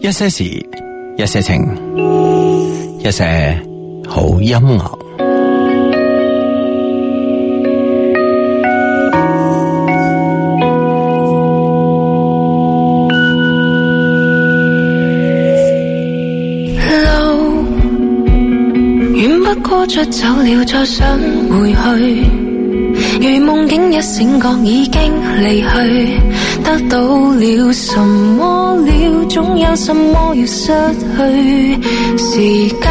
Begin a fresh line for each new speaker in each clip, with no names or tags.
一些事，一些情，一些好音樂。
路遠不過卒走了，再想回去。如夢境一醒覺已經離去，得到了什麼了，總有什麼要失去。時間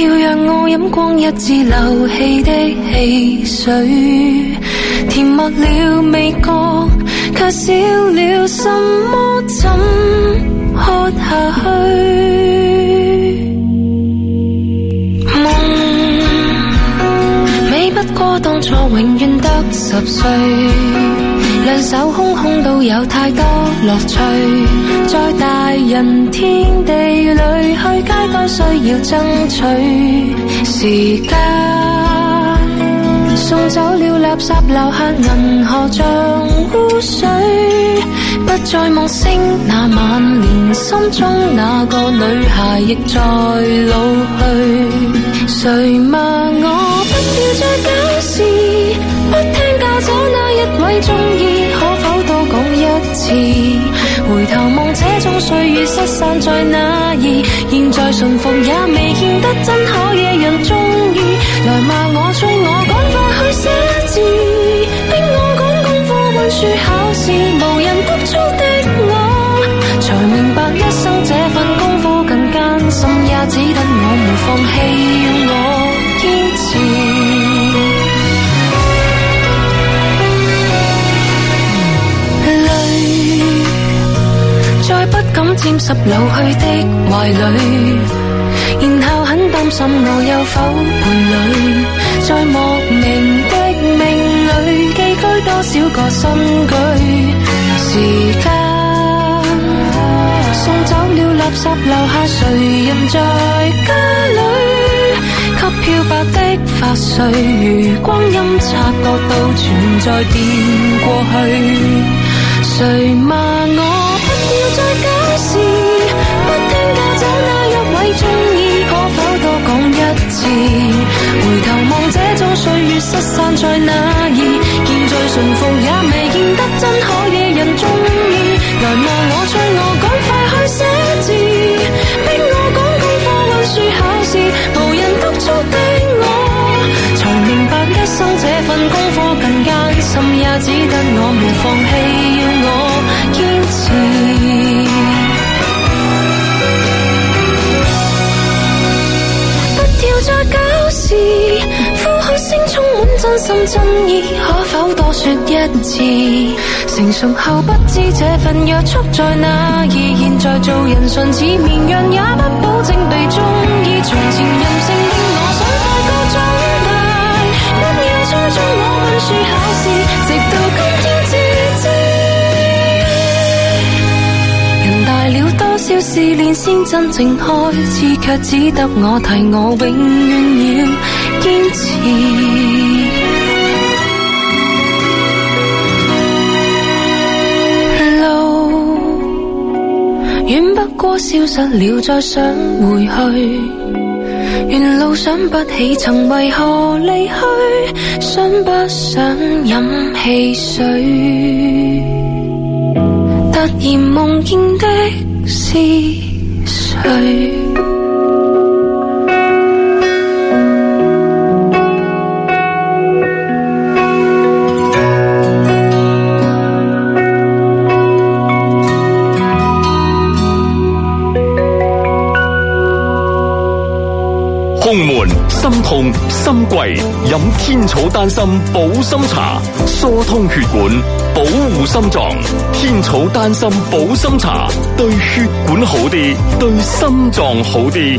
要讓我飲光一支漏氣的汽水。甜蜜了味覺，卻少了什麼，怎喝下去？夢美不過當作永遠得十歲，兩手空空都有太多樂趣，在大人天地裏去街街需要爭取時間。送走了垃圾，留下銀河像污水。不再夢醒那晚，連心中那個女孩亦在老去。誰罵我不要再搞事，不聽教找那一位中意，可否多講一次？回頭望這種歲月失散在哪兒？現在馴服也未見得真可惹人中意，來罵我催我趕快去寫字，逼我趕功課溫書考試，無人督促的我，才明白一生這份功課更艱辛，也只等我們放棄，要我堅持。淚，再不敢沾濕老去的懷裏，然後很擔心我有否伴侶，在莫名的命裏寄居多少個新居，時間送走了垃圾，留下誰人在家裏？給漂白的髮碎，如光陰察覺到存在變過去。誰罵我不要再搞事，不聽教找那一位中意，可否多講一次？回頭望這種歲月失散在哪兒？現在馴服也未見得真可惹人中意，來罵我催我趕快去寫字，逼我講功課溫書考試，無人督促的我，才明白一生這份功課更艱辛，也只得我們放棄，要我堅持。不要再搞事，呼喊聲充滿真心真意，可否多說一次？成熟後不知這份約束在哪兒，現在做人唇似綿羊，也不保證被中意。從前任性的我想快高長大，不要催促我溫書考試，直到今天至知。人大了多少試煉先真正開始，卻只得我提我永遠要堅持。路遠不過消失了，再想回去。沿路想不起曾為何離去，想不想飲汽水？突然夢見的是誰？
胸悶、心痛、心悸，飲天草丹參保心茶，疏通血管，保護心臟。天草丹參保心茶對血管好啲，對心臟好啲。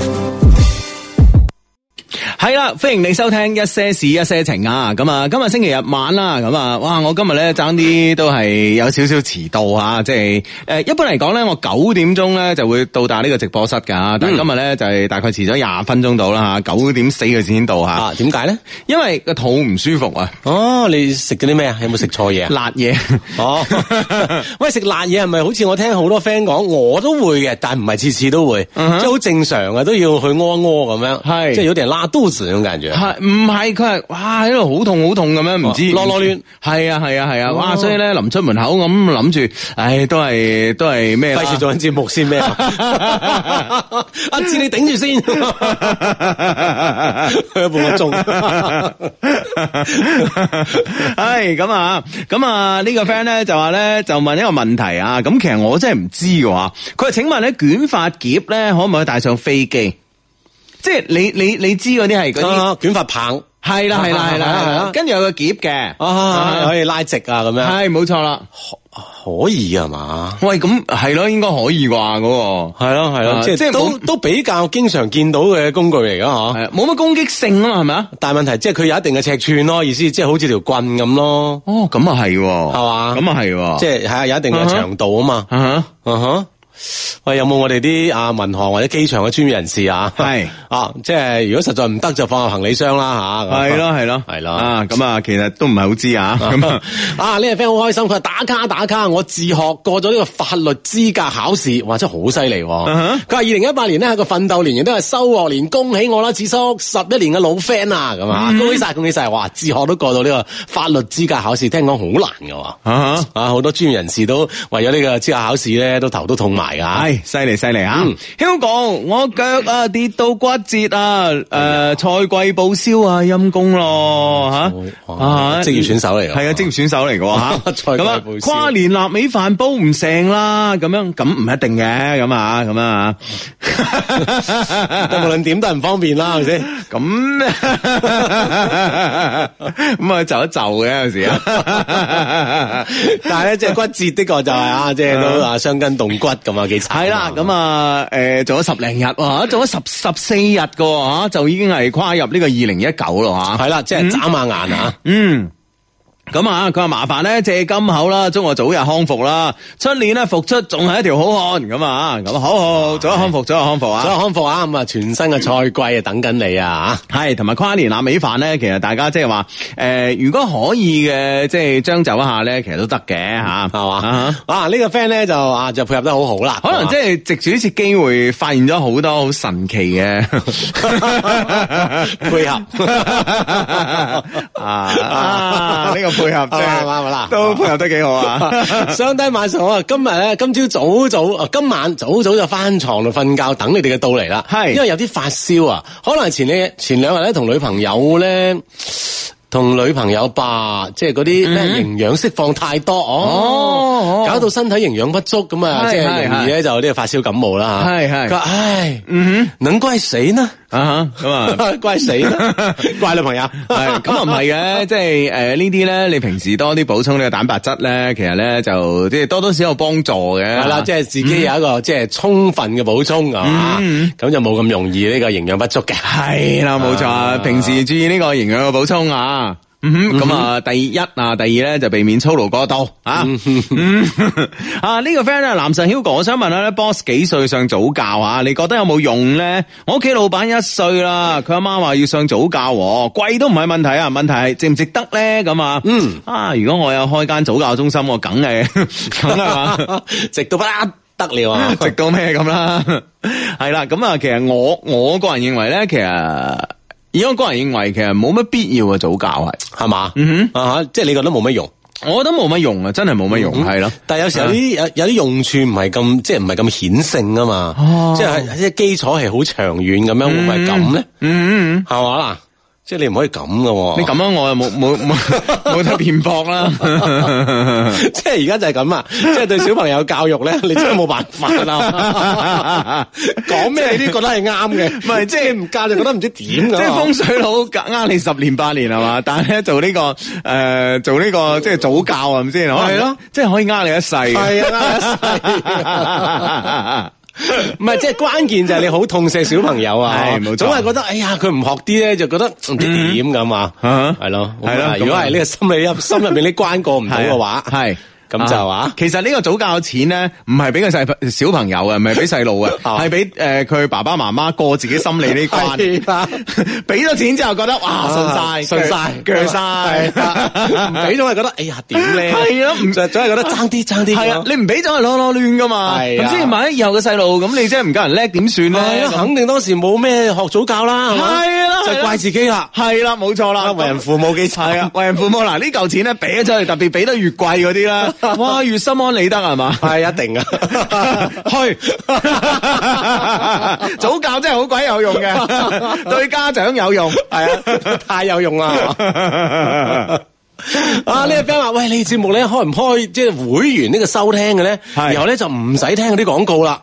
系啦，欢迎你收听一些事一些情啊！咁啊，今日星期日晚啦，咁啊，哇！我今日咧争啲都系有少少迟到啊，即系诶、誒一般嚟讲咧，我九点钟咧就会到达呢个直播室噶，但系今日咧就系、大概迟咗廿分钟到啦吓，九点四嘅先到吓，
啊，點解咧？
因为个肚唔舒服 啊，
哦，你食咗啲咩啊？有冇食錯嘢啊？
辣嘢。
哦，喂，食辣嘢係咪好似我聽好多 friend 講，我都會嘅，但唔係次次都會，即係好正常嘅，都要去屙一屙咁樣，
係
即係有啲人拉肚子嗰種感覺。
系唔系？佢系哇喺度好痛好痛咁樣，唔知
哦囉囉攣。哦
係啊係啊係啊！哇！所以咧臨出門口咁諗住，唉，都係都係咩啦？
費事做緊節目先 咩？阿志你頂住 先，半個鐘。
唉，咁啊，咁啊，呢個 friend 咧就話咧就問一個問題啊，咁其實我真係唔知嘅話，佢話請問咧捲髮夾咧可唔可以帶上飛機？即係你你你知嗰啲係嗰啲
啊，卷髮棒
係啦係啦係
係
啦係啦
啊，
跟住有個夾嘅，
啊，可以拉直啊咁樣，
係冇錯啦。
可以啊嘛？
喂，咁係咯，應該可以啩嗰個。
係咯係
啊
咯，即
即係
係都
冇
都比較經常見到嘅工具嚟噶嗬。
系冇乜攻擊性啊嘛，係咪啊？
但系问题即係佢有一定嘅尺寸咯，意思即係好似條棍咁咯，
哦，咁啊係喎，
係嘛
咁啊係喎，
即係係啊有一定
嗯
嘅
哼
長度啊嘛。
啊哈
嗯哼，喂，有冇我哋啲啊民航或者機場嘅專業人士啊？
係
啊，即係如果實在唔得就放入行李箱啦啊吓。
係咯係咯
係咯
啊咁啊，其實都唔係好知 啊，咁啊
啊！呢個 friend 好開心，佢話打卡打卡，我自學過咗呢個法律資格考試，哇！真係好犀利喎！
嗯哼
佢話二零一八年呢係個奮鬥年，亦都係收穫年，恭喜我啦，子叔十一年嘅老 friend 啊！咁啊，
嗯
恭喜晒，恭喜晒！哇！自學都過到呢個法律資格考試，聽講好難嘅喎。
啊哈。
啊！好多專業人士都為咗呢個資格考試咧，都頭都痛埋 㗎。
唉，犀利犀利啊
嗯
！Hugo，我腳啊跌到骨折啊，
哎
诶，賽季報銷啊，陰公咯吓，
哇
啊
職業選手嚟㗎
係啊，職業選手 嚟嘅喎吓，
賽季
咁啊
報，銷
跨年臘味飯煲唔成啦，咁樣咁唔一定嘅，咁啊，咁啊，
但無論點都係唔方便啦，係咪先？
咁咁啊，就一就嘅有時 啊，
但係咧，即係骨折的確就係啊，即係
嗯
都啊傷筋動骨咁啊，幾慘啊。
係啦，咁啊，诶，做咗十零日喎，啊做咗十十四日嘅喎吓，就已經係跨入呢個二零一九咯吓。
係啦，即係眨下眼啊。
嗯。咁啊，佢話麻煩咧借金口啦，祝我早日康復啦。出年咧復出仲係一條好漢咁啊，咁好好早日康復，早日康復
所
啊！
以康復啊，咁啊，全新嘅賽季啊，等緊你啊，
係同埋跨年臘味飯咧，其實大家即係話诶，誒如果可以嘅，即係將就一下咧，其實都得嘅吓，
係嘛
啊？
啊，呢個 friend 咧就啊就配合得好好啦，
可能即係藉住呢次機會，發現咗好多好神奇 嘅
配合
啊啊！呢個 配合真
啱
係
啱啦
都配合得幾 好啊！
相低晚上好啊！今日咧，今朝早早，啊今晚早早就翻床度瞓覺，等你哋嘅到嚟啦。
係
因為有啲發燒啊，可能係前呢前兩日咧同女朋友咧。同女朋友吧，即係嗰啲咩營養釋放太多，
嗯哦
哦，搞到身體營養不足，咁啊，
係
即
係
係容易咧就有啲發燒感冒啦。嚇
係係
佢話唉，嗯，能怪誰呢？
啊哈咁啊。
怪誰 呢？怪女朋友。
系咁啊，唔係嘅，即係诶呢啲咧，你平時多啲補充呢個蛋白質咧，其實咧就即係多多少少有幫助嘅。
系啦，即係自己有一
嗯
個即係充分嘅補充，係嘛？咁就冇咁容易呢個營養不足嘅。
係啦，冇錯啊，
啊
平時注意呢個營養嘅補充啊。嗯哼咁啊，第一啊，第二咧就避免操勞過度啊。嗯 啊，呢個 friend 啊，男神 Hugo，我想問下咧，boss 幾歲上早教啊？你覺得有冇用咧？我屋企老闆一歲啦，佢阿媽話要上早教喎，貴都唔係問題啊，問題係值唔值得咧？咁啊，嗯啊，如果我有開間早教中心，我梗係 梗係嘛。 嗯
直到不得了啊！
直到咩咁啦？ 系啦，咁啊，其實我我个人認為咧，其實以我個人認為，其實冇乜必要嘅早教係，
係嘛？
嗯
啊哈即係你覺得冇乜用，嗯
我覺得冇乜用啊，真係冇乜用，係咯、嗯
但係有時候有啲有有啲用處唔係咁，即係唔係咁顯性啊
哦
嘛。即係即係基礎係好長遠咁樣，會唔會係咁咧？
嗯。嗯
係嘛啦？即係你唔可以咁噶
嗯
喎。
你咁樣我又冇冇 冇冇得辯駁 啦。
即係而家就係咁啊！即係對小朋友教育 咧，你真係冇辦法啦。講咩你都覺得係啱嘅，唔
係即係
唔教就覺得唔知點
即
㗎
係
嘛
風水佬夾呃你十年八年係嘛，但係咧做呢、個誒、呃做呢、個即係早教啊係咪先？可能啊
係咯，
即係可以呃你一世嘅。
係啊， 唔係即係關鍵就係你好痛錫小朋友啊，
係冇錯
總係覺得哎呀佢唔學啲咧就覺得唔知點咁啊，
嗯
係咯，
係
咁
咯
啊
咁
如果係呢個心理入心入边呢關過唔到嘅話，
係。
咁就啊
啊其實呢個早教錢咧，唔係俾個細小朋友嘅，唔係俾細 路嘅，
啊
係俾誒佢爸爸媽媽過自己心理呢 關。
係啦
俾咗錢之後覺得哇，
啊
信晒，
信晒，
鋸
係 啊唔
晒，
俾 咗係覺得哎呀點咧，
係咯唔
就總係覺得爭啲爭啲咁
係啊
咯，，
你唔俾咗係攞攞亂噶嘛，
係啊啊
咁先萬一以後嘅細路，咁你真係唔夠人叻點算咧？
係
咁
咯，肯定當時冇咩學早教啦，係嘛
係啦係啦
就怪自己啦，
係啦，冇錯啦，
為人父母幾慘
係啊，為人父母嗱，呢嚿錢咧俾咗出去，特別俾得越貴嗰啲啦， 哇，越心安理得係嘛？
係一定啊。
去早教真係好鬼有用嘅，對家長有用，
系啊，太有用啦！
啊。
啊，
嗯
呢個 friend 話：，喂，你節目咧開唔開即係會員呢個收聽嘅咧？
係嗯
然後咧就唔使聽嗰啲廣告啦。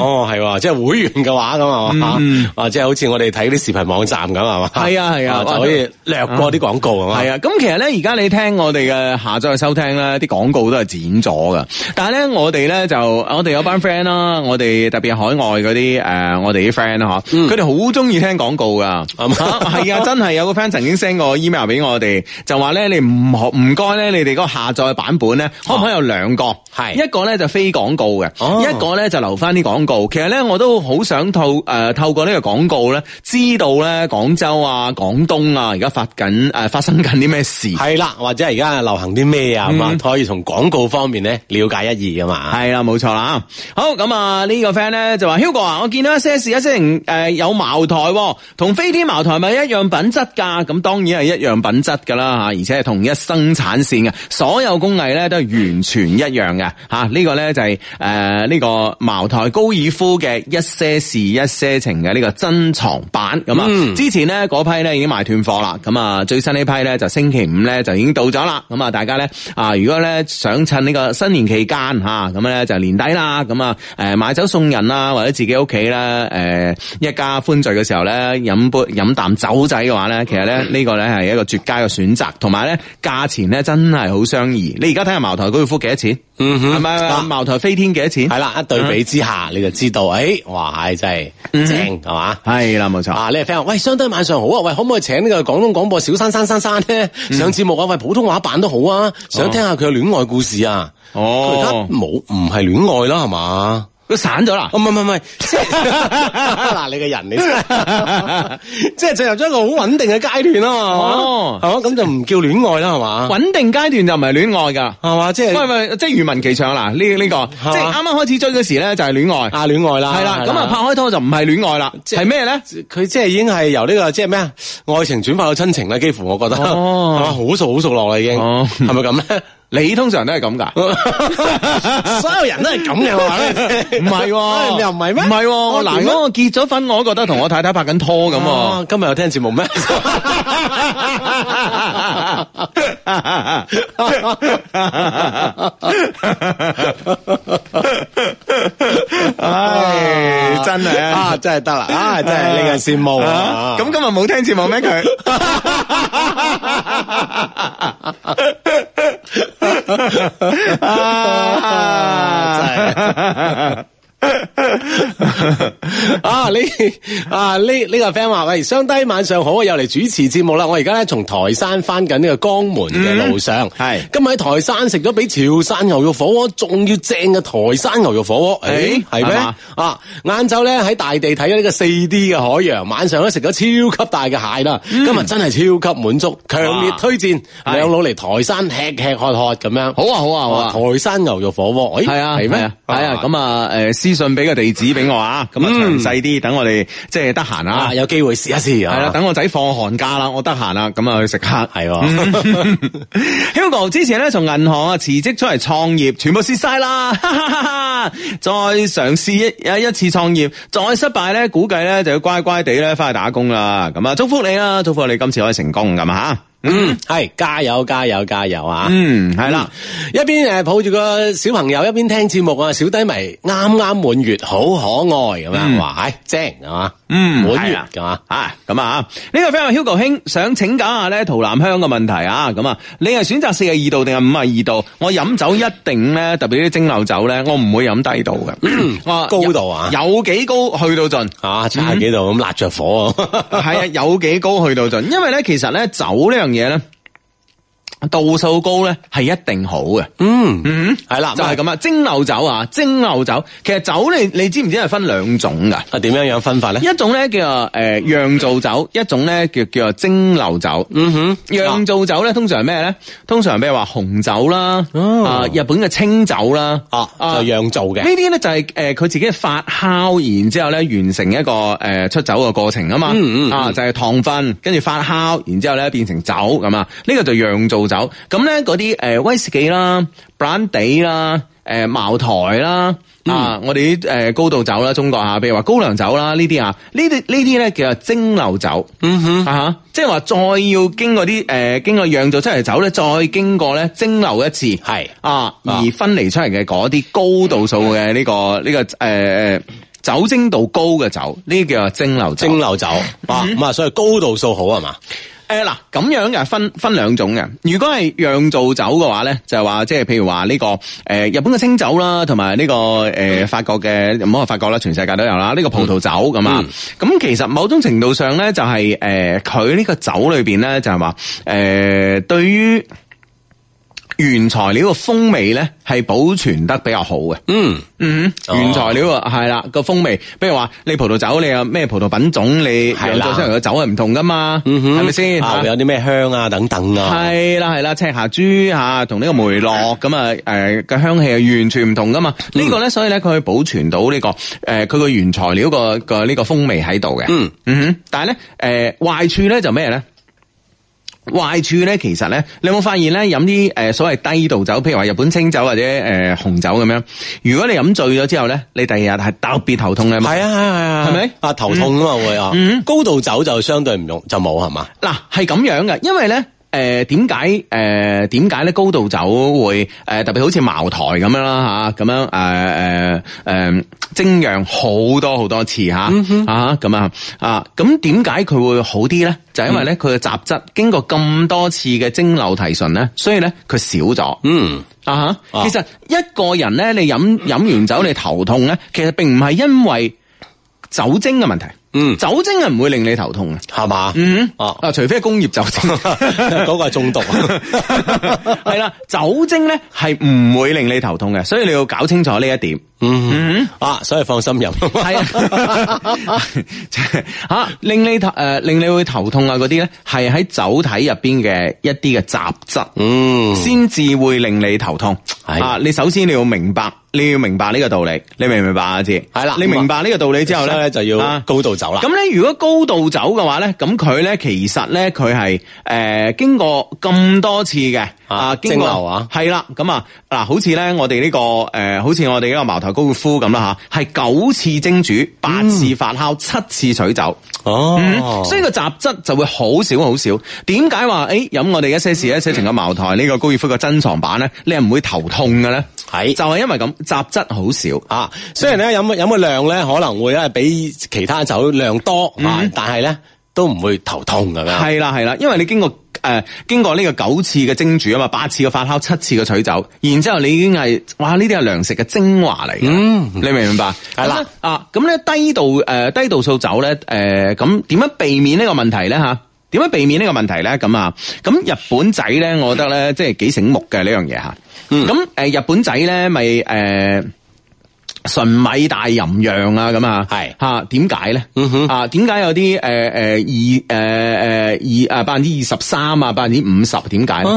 哦，係喎，即係會員嘅話咁啊嘛，啊，即係好似我哋睇啲視頻網站咁係嘛？
係啊係啊
就可以略過啲廣告啊嘛。
系啊，咁其實咧，而家你聽我哋嘅下載收聽咧，啲廣告都係剪咗噶。但係咧，我哋咧就我哋有班 friend 啦，我哋特別海外嗰啲诶，我哋啲 friend 啦嗬，佢哋好中意聽廣告噶。
嗯係嘛
係啊， 真係有個 friend 曾經 send 個 email 俾我哋，就話咧你唔學唔該咧，你哋嗰個下載版本咧，可唔可以有兩個？
哦係
一個咧就非廣告嘅，
哦
一個咧就留翻啲廣告。其實咧，我都好想透诶、透過呢個廣告咧，知道咧廣州啊、廣東啊，而家發緊诶、呃發生緊啲咩事。
係啦，或者而家流行啲咩啊
嗯
咁啊，可以從廣告方面咧了解一二噶嘛。
係啦，冇錯啦。好咁啊，呢、個 friend 咧就話 Hugo 啊，我見到一些事一些情誒、呃有茅台喎、同飛天茅台咪一樣品質㗎。咁當然係一樣品質㗎啦嚇，而且係同一生產線嘅，所有工藝咧都係完全一樣嘅嚇。呢、個咧就係誒呢個茅台高爾夫嘅一些事一些情嘅呢個珍藏版咁啊。之前咧嗰批咧已經賣斷貨啦，咁啊最新呢批咧就星期五咧就已經到咗啦。咁啊大家咧啊如果咧想趁呢個新年期間吓，咁啊咧就年底啦，咁啊誒買酒送人啦，或者自己屋企咧誒一家歡聚嘅時候咧飲杯飲啖酒仔嘅話咧，其實咧呢個咧係一個絕佳嘅選擇，同埋咧價錢咧真係好相宜。你而家睇下茅台高爾夫幾多錢？嗯哼，係咪
啊
茅台飛天幾多錢？
係啦，一對比之下你就知道，誒，哇，係真係正係嘛。
係啦，冇錯。
啊！呢個 friend 話喂，相低晚上好啊！喂，可唔可以請呢個廣東廣播小珊珊珊珊咧
嗯
上節目啊？喂，普通話版都好啊，想聽下佢嘅戀愛故事啊！佢而家
哦，
冇唔係戀愛啦，係嘛？
佢散咗啦
啊。唔係唔係唔 係，即係嗱你嘅人你真係 即係進入咗一個好穩定嘅階段啦，係嘛？
哦
係嘛？咁就唔叫戀愛啦，係嘛？
穩定階段就唔係戀愛㗎。
係嘛？即
喂
係
喂，即係如聞其詳啦，呢啊呢個
嘛
即係啱啱開始追嗰時咧就係戀愛，
啊戀愛啦，
係啦，咁啊拍開拖就唔係戀愛啦，
即係
係咩咧？
佢即係已經係由呢、個即係咩啊，愛情轉化到親情啦，幾乎我覺得係
哦
嘛，好熟好熟落啦已經，
哦
係咪咁咧？
你通常都係咁 㗎，
所有人都係咁嘅，我話咧，
唔係 喎，
你又唔係咩？
唔係喎，
哦點
嗱，
咧
哎我啊結咗婚，我都覺得同我太太拍緊拖咁喎。
啊今日有聽節目 咩？
唉，真係
啊，真係得啦，啊，真係令人羨慕啊！
咁今日冇聽節目咩佢？
啊
啊
呢啊呢呢個 friend 話喂，雙低晚上好啊，又嚟主持節目啦！我而家咧從台山翻緊呢個江門嘅路上，
嗯係
今日喺台山食咗比潮汕牛肉火鍋仲要正嘅台山牛肉火鍋，誒
誒
係咩
哎係嘛
啊？晏晝咧喺大地睇咗呢個四 D 嘅海洋，晚上咧食咗超級大嘅蟹啦，今日真係超級滿足，強烈
嗯哇
推薦
係
兩老嚟台山吃吃喝喝咁樣。
好啊好啊好啊！
哦台山牛肉火鍋，誒哎
系啊，
係
係
咩？
啊係啊，咁啊，诶，私信俾個地址俾我啊，咁啊，詳細啲，等我哋即係得閒啊
啊，，有機會試一試啊！
係啦，等我仔放寒假啦，我得閒啦，咁啊去食客。
係喎。
Hugo 之前咧從銀行啊辭職出嚟創業，全部蝕晒啦， 哈哈哈哈再嘗試一一次創業，再失敗咧，估計咧就要乖乖地咧翻去打工啦。咁啊，祝福你啦，祝福你今次可以成功咁啊
嗯，系加油加油加油啊！
嗯，係啦，
一邊诶抱住個小朋友，一邊聽節目啊，小低迷啱啱滿月，好可愛咁樣，哇，唉正係嘛，
嗯，
滿
係
月
啊
係嘛，
啊，咁啊，呢、個 friend 話 Hugo 兄想請教下咧，桃南香嘅問題啊，咁啊，你係選擇四十二度定係五十二度？我飲酒一定咧，特別啲蒸馏酒咧，我唔會飲低度嘅，我
高度啊
有有幾高去到盡。
啊，七十幾度咁辣着火 啊，
系啊，有幾高去到盡，因為咧，其實咧酒呢樣嘢咧，度數高咧係一定好嘅，
嗯嗯，係啦，
就係咁啊。蒸馏酒啊，蒸馏酒，其實酒你你知唔知係分兩種噶？
啊，點樣樣分法咧？
一種咧叫做诶酿造酒，一種咧叫叫做蒸馏酒。
嗯哼，
酿造酒咧通常係咩咧？通常譬如話紅酒啦，
哦
啊日本嘅清酒啦，
啊，就樣做嘅
呢，啲咧就係呃誒佢自己發酵，然之後咧完成一個誒、呃出酒嘅過程啊嘛，
嗯嗯嗯
啊就係糖分，跟住發酵，然之後咧變成酒咁啊，呢、個就釀造酒。咁咧嗰啲誒威士忌啦、brandy 啦、誒茅台啦。
嗯
啊！我哋啲誒高度酒啦，中國啊，譬如話高粱酒啦，呢啲啊，呢啲呢啲咧叫做蒸馏酒。嗯哼，啊哈即係話再要經過啲誒、呃、經過釀造出嚟酒咧，再經過咧蒸馏一次。
係
啊，而分離出嚟嘅嗰啲高度數嘅呢個呢、個诶、呃、酒精度高嘅酒，呢啲叫做蒸馏酒。
蒸馏酒，
嗯
哇，咁啊，所以高度數好係嘛，
诶嗱，咁樣嘅分分兩種嘅。如果係釀造酒嘅話咧，就係話即係譬如話呢、個个呃日本嘅清酒啦，同埋呢個诶、呃、法國嘅唔好話法國啦，全世界都有啦。呢、個葡萄酒咁啊，咁、其實某種程度上咧就係诶佢呢個酒裏边咧就係話诶對於原材料嘅風味咧係保存得比較好嘅。
嗯，
嗯，
哦
原材料啊，係啦，個風味，譬如話你葡萄酒，你有咩葡萄品種，你
係
釀
啦
造出嚟嘅酒係唔同噶嘛，係咪先？
啊，
啊
會有啲咩香啊，等等啊，
係啦係啦，赤霞珠吓同呢個梅洛咁啊，诶嘅香氣係完全唔同噶嘛。呢個咧，所以咧佢可以保存到呢個诶佢個原材料個個呢個風味喺度嘅。
嗯
嗯哼，但係咧诶坏处咧就咩咧？壞處咧，其實咧，你有冇發現咧，飲啲誒所謂低度酒，譬如話日本清酒或者誒、呃、紅酒咁樣，如果你飲醉咗之後咧，你第二日係特別頭痛嘅嘛。
係啊係啊係啊，
係咪
啊頭痛啊嘛會啊，高度酒就相對唔用就冇係嘛，
嗱，係咁樣嘅，因為咧。誒點解誒點解咧高度酒會誒、呃特別好似茅台咁樣啦嚇咁樣誒誒誒精釀好多好多次嚇
嗯
啊咁啊啊咁點解佢會好啲咧？就因為
嗯
咧佢嘅雜質經過咁多次嘅蒸餾提純咧，所以咧佢少咗。
嗯，
啊
啊嗯
哈！其實一個人咧，你飲飲完酒你頭痛咧，其實並唔係因為酒精嘅問題。
嗯
酒精係唔會令你頭痛嘅。
係嘛，
嗯，
啊
啊，除非係工業酒精，
嗰個係中毒。 啊
係啦，酒精咧係唔會令你頭痛嘅，所以你要搞清楚呢一點。
嗯啊，所以放心 飲。
係 啊，吓令你頭诶、令你會頭痛啊嗰啲咧，係喺酒體入邊嘅一啲嘅雜質。
嗯
先至會令你頭痛。
係
啊，你首先你要明白，你要明白呢個道理，你明唔明白啊？志
係啦
你明白呢個道理之後
所以
咧，
咧就要
啊
高度走啦。
咁咧，如果高度走嘅話咧，咁佢咧其實咧佢係誒經過咁多次嘅
啊
經過
蒸餾啊
係啦，咁啊嗱，好似咧我哋呢、個誒、呃好似我哋呢個茅台高爾夫咁啦嚇，係九次蒸煮、八次發酵、七次水酒。
嗯哦
嗯，所以個雜質就會好少好少。點解話誒飲我哋一些事一些情嘅茅台呢、個高爾夫嘅珍藏版咧，你係唔會頭痛嘅咧？
係
就係因為咁雜質好少。
啊，雖然咧飲嘅飲嘅量咧可能會咧比其他酒量多啊，但係咧都唔會頭痛咁樣。
係啦係啦，因為你經過诶、呃、经过呢個九次嘅蒸煮啊嘛，八次嘅發酵，七次嘅取酒，然之后你已經係哇呢啲係糧食嘅精華嚟嘅，
嗯
你明唔明白？
係啦
咁呢啊，咁咧低度诶、呃低度數酒咧诶，咁、點樣避免呢個問題咧吓？點樣避免呢個問題咧？咁啊，咁日本仔咧，我覺得咧，即係幾醒目嘅呢樣嘢吓。
嗯
咁诶、呃日本仔咧，咪诶。呃純米大吟釀啊，咁啊，
係
嚇點解咧？啊，點解有啲誒誒呃二誒誒二啊百分之二十三啊百分之五十點解咧？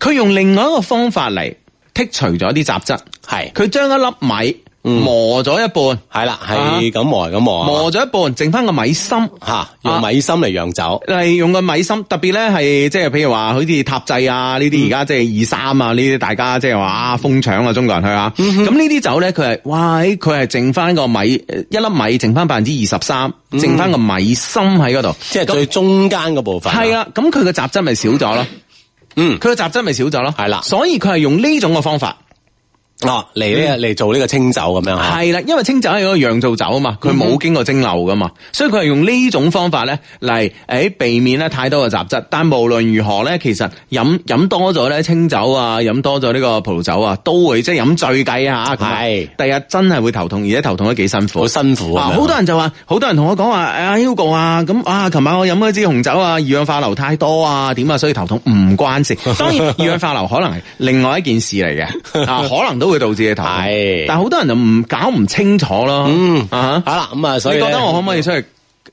佢用另外一個方法嚟剔除咗啲雜質，
係
佢將一粒米磨咗一半，
系啦，係咁磨，係咁磨，
磨咗一半，剩翻個米心。
吓，用米心嚟釀酒，
利用個米心，特別咧係即係譬如話，好似塔制啊
嗯
呢啲，而家即係二三啊呢啲，大家即係話啊瘋搶啊中國人去啊。咁呢啲酒咧，佢係哇，咦佢係剩翻個米一粒米，剩翻百分之二十三，
嗯
剩翻個米心喺嗰度。
即係最中間嗰部分。啊
係，啦，咁佢個雜質咪少咗咯，
嗯
佢，個雜質咪少咗咯。
係啦
所以佢係用呢種嘅方法。
哦，嚟呢個嚟做呢個清酒咁啊樣吓。
係啦，因為清酒係一個釀造酒啊嘛，佢冇經過蒸馏噶嘛，所以佢係用呢種方法咧嚟誒避免咧太多嘅雜質。但無論如何咧，其實飲飲多咗咧清酒啊，飲多咗呢個葡萄酒啊，都會即係飲醉計啊嚇。咁啊
係
第日真係會頭痛，而且頭痛得幾辛苦
好。辛苦
啊！
啊！
好多人就話，好多人同我講話，阿 Hugo 啊，咁啊，琴晚我飲咗支紅酒啊，二氧化硫太多啊，點啊，所以頭痛唔 關事。當然，二氧化硫可能係另外一件事嚟嘅，啊，可能都會導致你頭痛。
係
但係好多人就唔搞唔清楚咯。
嗯
啊哈，
好啦，咁啊，所以
你覺
咧
得我可唔可以出去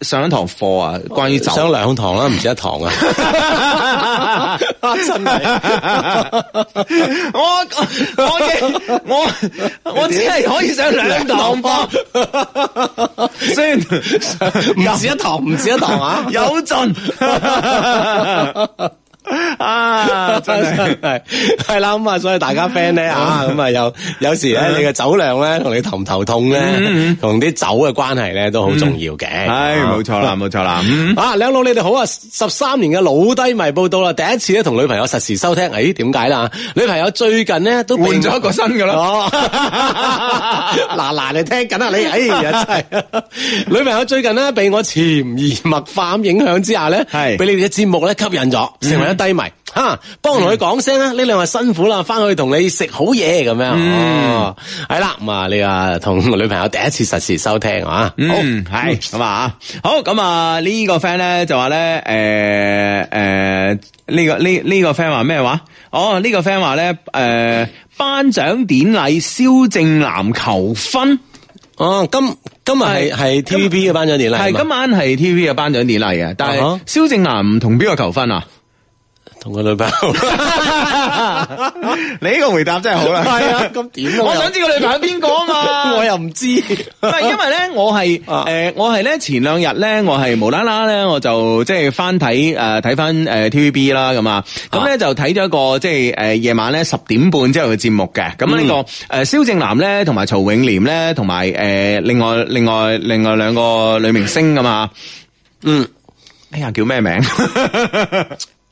上一堂課啊？關於酒。
上兩堂啦，唔止一堂啊！ 真
我我嘅我我只係可以上兩堂 課，雖然
唔止一堂，唔止一堂 啊！
有盡 啊！真 係嗯
系系啦，咁啊，所以大家 friend 咧啊，咁啊有有时咧，你嘅酒量咧，同你头唔头痛
嗯
咧，同啲酒嘅关系咧，都好重要嘅。
唉，哎冇錯啦，冇錯啦，嗯
啊，兩老你哋好啊！十三年嘅老低迷報道啦，第一次咧同女朋友實時收聽，誒點解啦？女朋友最近咧都被
換咗一個新嘅咯
哦 嗱嗱你聽緊啊你，哎呀真係！女朋友最近咧被我潛移默化咁影響之下咧，
係嗯
俾你哋嘅節目咧吸引咗，成為咗低迷。吓，幫我同佢講聲啦，呢兩日辛苦啦，翻去同你食好嘢咁樣。
嗯
哦，係啦，咁啊，你啊同女朋友第一次實時收聽啊，好。
嗯，係咁啊，好咁啊，呢個 friend 咧就話咧，誒誒，呢個呢呢個 friend 話咩話？哦，呢個 friend 話咧，誒頒獎呃典禮蕭正楠求婚。
哦，今今日係
係
係 TVB 嘅頒獎典禮，
系
係嘛
今晚係 T V 嘅頒獎典禮嘅，但
啊哈
係蕭正楠唔同邊個求婚啊？
同佢女朋友，
你呢個回答真係好啦。
係啊 咁點啊我
我
又
想知個女朋友邊個啊嘛？
我又唔知，
唔 係，因為咧，我係
啊
誒，我係咧前兩日咧，我係無啦啦咧，我就即係翻睇誒睇呃翻誒 TVB 啦咁啊，咁咧就睇咗一個即係誒夜晚咧十點半之後嘅節目嘅，咁
嗯
呢個誒蕭正楠咧同埋曹永廉咧同埋誒另外另外另外兩個女明星咁啊，
嗯，
哎呀叫咩 名？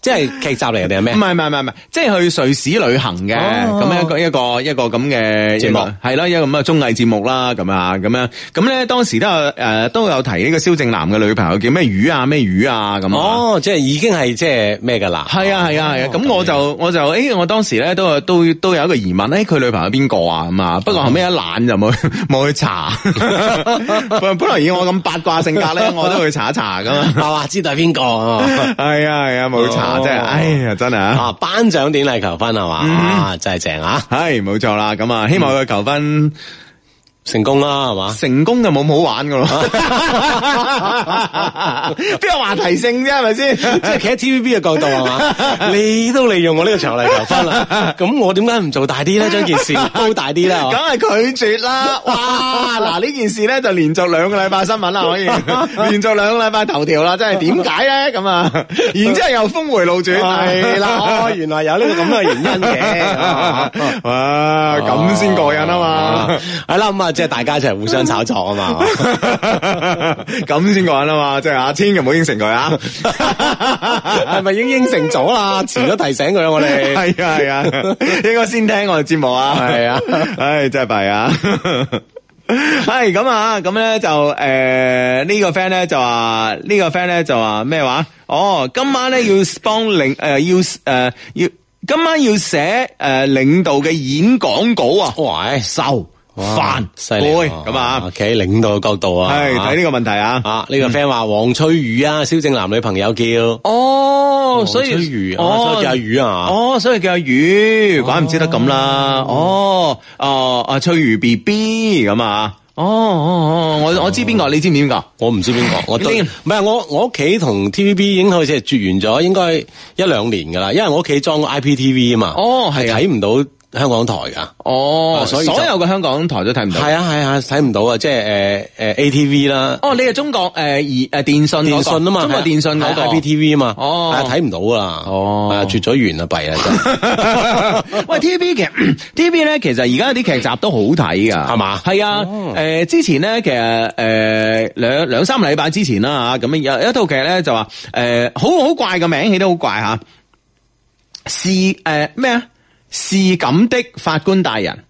即係劇集嚟定係咩
唔？係唔係唔係唔係，即係去瑞士旅行嘅，
哦
咁、一個一個一個咁嘅
節目
係啦，一個咁嘅綜藝節目啦，咁啊咁樣，咁咧當時都有誒、呃都有提呢個蕭正楠嘅女朋友叫咩魚啊咩魚啊咁啊。
哦，即係已經係即係咩㗎啦？
係啊係啊係啊，
哦
咁我就我就誒，我當時咧都有都都有一個疑問，誒佢女朋友邊個啊咁啊？不過後尾一懶就冇 冇去查，本本來以我咁八卦性格咧，我都去查一查啊噶嘛。
係嘛，知道係邊個 啊？
係啊係啊，冇查真係，
哦
哎呀真係啊！
啊，頒獎典禮求婚係嘛？啊，真係正啊！
系冇错啦，咁啊，希望佢求
嗯
婚
成功啦係 嘛？
成功就冇咁好玩噶
啊
咯，边有话題性啫，係咪先？
即係企喺 TVB 嘅角度係 嘛？你都利用我呢個場嚟求婚 啦，咁我點解唔做大啲咧？將件 事高大啲啦，係
梗
嘛
係拒絕啦！哇，嗱呢件事咧就連續兩個禮拜新聞啦，可 以連續兩個禮拜頭條啦，真係點解咧咁啊？然之後又峰回路 轉，
係 啦，哦， 原來有呢個咁嘅原因嘅。啊
哇，咁先過癮啊嘛！
系啦，咁啊，即系大家一齐互相炒作啊嘛，
咁先過癮啊 嘛，即係啊，千祈唔好應承 佢啊！
系咪已經應承咗啦？遲咗提醒佢啊我哋。
系啊系啊，应该先听我哋节目啊。
係啊，
唉，真系弊啊。系咁啊，咁咧就诶呢個 friend 咧就話呢個 friend 咧就話咩話？哦，今晚咧要幫領诶要诶要今晚要寫诶領導嘅演講稿啊，
喂，
愁煩
犀利
攰
啊
咁啊，
企喺領導嘅角度啊，
係睇呢個問題啊。
啊呢個 friend 話黃翠宇啊，蕭正男女朋友叫
哦，所以
黃翠宇啊，所以叫阿宇啊，
哦，所以叫阿魚，怪唔知得咁啦。哦，哦，阿翠如 B B 咁啊。哦哦哦，我我知邊個，你知唔知邊個？
我唔知邊個，我都
呢
唔係我我屋企同 TVB 已經開始係絕緣咗，應該一兩年㗎啦，因為我屋企裝個 IPTV 啊嘛，
哦係啊
睇唔到香港台噶。
哦，
啊所以就
所有嘅香港台都睇唔
系
到。
啊系啊，睇唔到啊，即系诶诶 ATV 啦，
哦，你係中國诶移诶电信嗰
電
個
信啊嘛，
中國電信嗰個
IPTV 啊嘛，
哦
係啊睇唔到㗎啦，
哦
係啊絕咗緣啊弊啊真係，哦
喂，TV 其實 TV 咧，其實而家啲劇集都好睇噶，
係嘛哦
係啊，诶、之前咧，其實诶兩兩三個禮拜之前啦吓，咁有有一套劇咧就話诶、呃好好怪嘅名，起得好怪吓，是诶咩啊？是咁的法官大人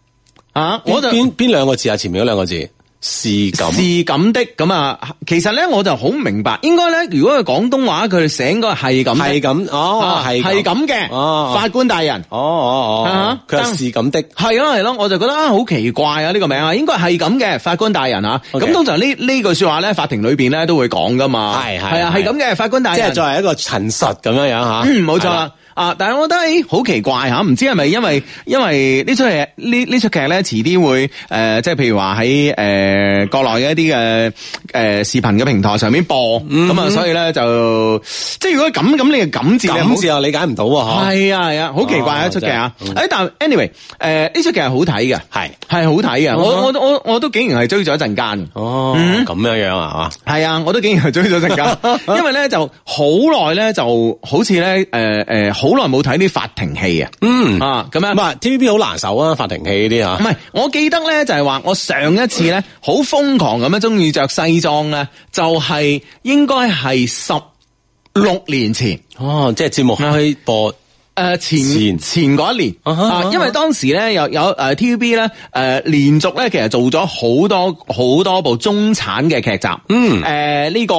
啊！我
我
就
邊邊兩個字啊，前面嗰兩個字是
是
咁，
咁的咁啊，其實咧我就好唔明白，應該咧如果佢廣東話，佢寫應該係咁的，
係咁，哦
啊
係
係，咁嘅，
哦
法官大人。
哦哦哦
啊，
佢係是咁的，
系咯系咯，我就覺得啊好奇怪啊呢、個名啊，應該係咁嘅法官大人啊。咁
OK
通常呢呢句说話咧，法庭裏边咧都會講噶嘛。
係係
係啊，係
係
咁嘅法官大
即
人。
係作為一個陳述咁樣樣吓，
嗯，冇錯
係
啦。啊！但係我覺得誒好奇怪嚇，唔知係咪因為因為呢出劇呢呢出劇咧，遲啲會誒、呃即係譬如話喺誒國內嘅一啲嘅誒視頻嘅平台上面播，咁啊、
嗯
所以咧就即係如果咁咁，你嘅感字你唔好
咁字又理解唔到喎，
係啊係啊，好奇怪啊
哦
出劇啊！
真係
誒，但係 anyway，誒呢出劇係好睇嘅，
係嗯
係好睇嘅，我我我我都竟然係追咗一陣間。
哦咁樣樣啊，
係啊，我都竟然係追咗一 陣間，因為咧就好耐咧，就好似咧誒誒，好耐冇睇啲法庭 戲啊，
嗯
啊咁樣
咁。啊 TVB 好難受啊，法庭戲呢啲
唔
吓，
係，我記得咧就係話，我上一次咧好瘋狂咁樣中意着西裝咧，就係、應該係十六年前。
哦即係節目開播。
诶、前
前
前嗰一年
啊哈啊
啊
哈，
因為當時咧有呃有诶 TVB 咧诶連續咧其實做咗好多好多部中產嘅劇集，
嗯
诶呢、個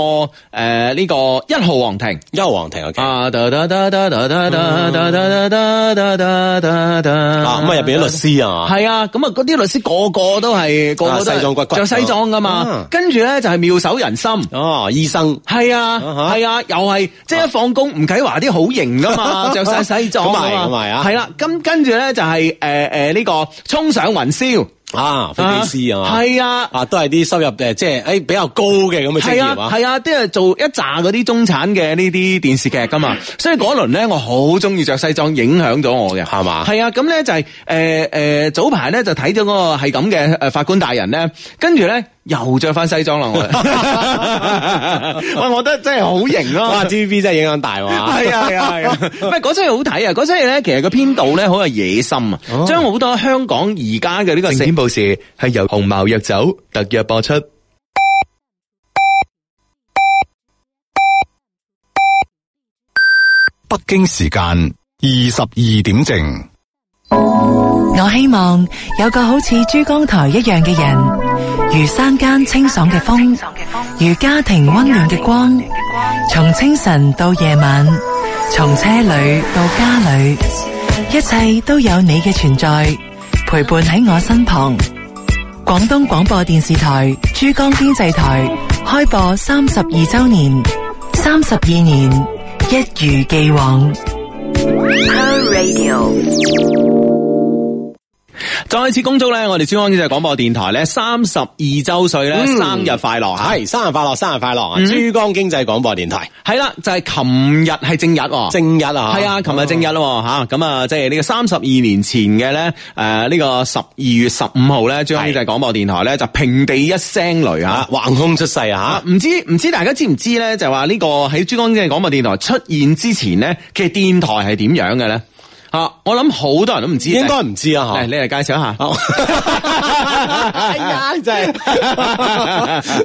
诶呢、個一號皇庭
幽皇庭嘅劇
啊，哒哒哒哒哒哒哒哒哒哒哒哒哒哒
啊，咁啊入边啲律師啊，
系啊，咁啊，嗰啲律師個個都係個個都
啊
係
西裝骨骨
着西裝噶嘛
啊，
跟住咧就係妙手仁心。
哦，醫生
係啊，
啊哈
係啊，又係即係一放工，吳啟華啲好型噶 嘛，着晒西裝㗎
咁
嘛
係咁係啊
係啦，咁跟住咧就係诶诶呢個衝上雲霄，
啊，飛機師啊，
係啊。
啊，都係啲收入誒，即係誒比較高嘅咁嘅職
係啊
業，啊，
係啊，即係做一紮嗰啲中產嘅呢啲電視劇噶嘛，所以嗰輪咧我好中意着西裝，影響咗我嘅，
係嘛
係啊，咁咧就係诶诶，呃早排咧就睇咗嗰個係咁嘅诶法官大人咧，跟住咧又着翻西裝啦， 我喂，我覺得真係好型咯，
哇，TVB 真係影響大喎，
系啊系啊系啊，唔係嗰出戲好睇啊！嗰出戲咧，其實個編導咧好有野心啊，
哦
將好多香港而家嘅呢個
正
社
点报時係由紅茅藥酒特約播出。
北京時間二十二點正。
我希望有個好似珠江台一樣嘅人，如山間清爽嘅風，如家庭溫暖嘅光，從清晨到夜晚，從車裏到家裏，一切都有你嘅存在，陪伴喺我身旁。廣東廣播電視台珠江經濟台開播三十二周年，三十二年一如既往。
再次恭祝咧，我哋珠江經濟廣播電台咧三十二周歲咧生日快樂吓！
係嗯生日快樂，生日快樂啊！珠江經濟廣播電台
係啦，就係琴日係正日喎。
正日啊，哦
係啊，琴日正日咯吓，咁啊，即係呢個三十二年前嘅咧，诶呢個十二月十五號咧，珠江經濟廣播電台咧就平地一聲雷吓
啊，，橫空出世啊
啊，唔知唔知大家知唔知咧？就話呢個喺珠江經濟廣播電台出現之前咧，其實電台係點樣嘅咧？啊，我諗好多人都唔知，
嚇，應該唔知
嚟
啊
你嚟介紹一下。
嚇。 哎呀，真係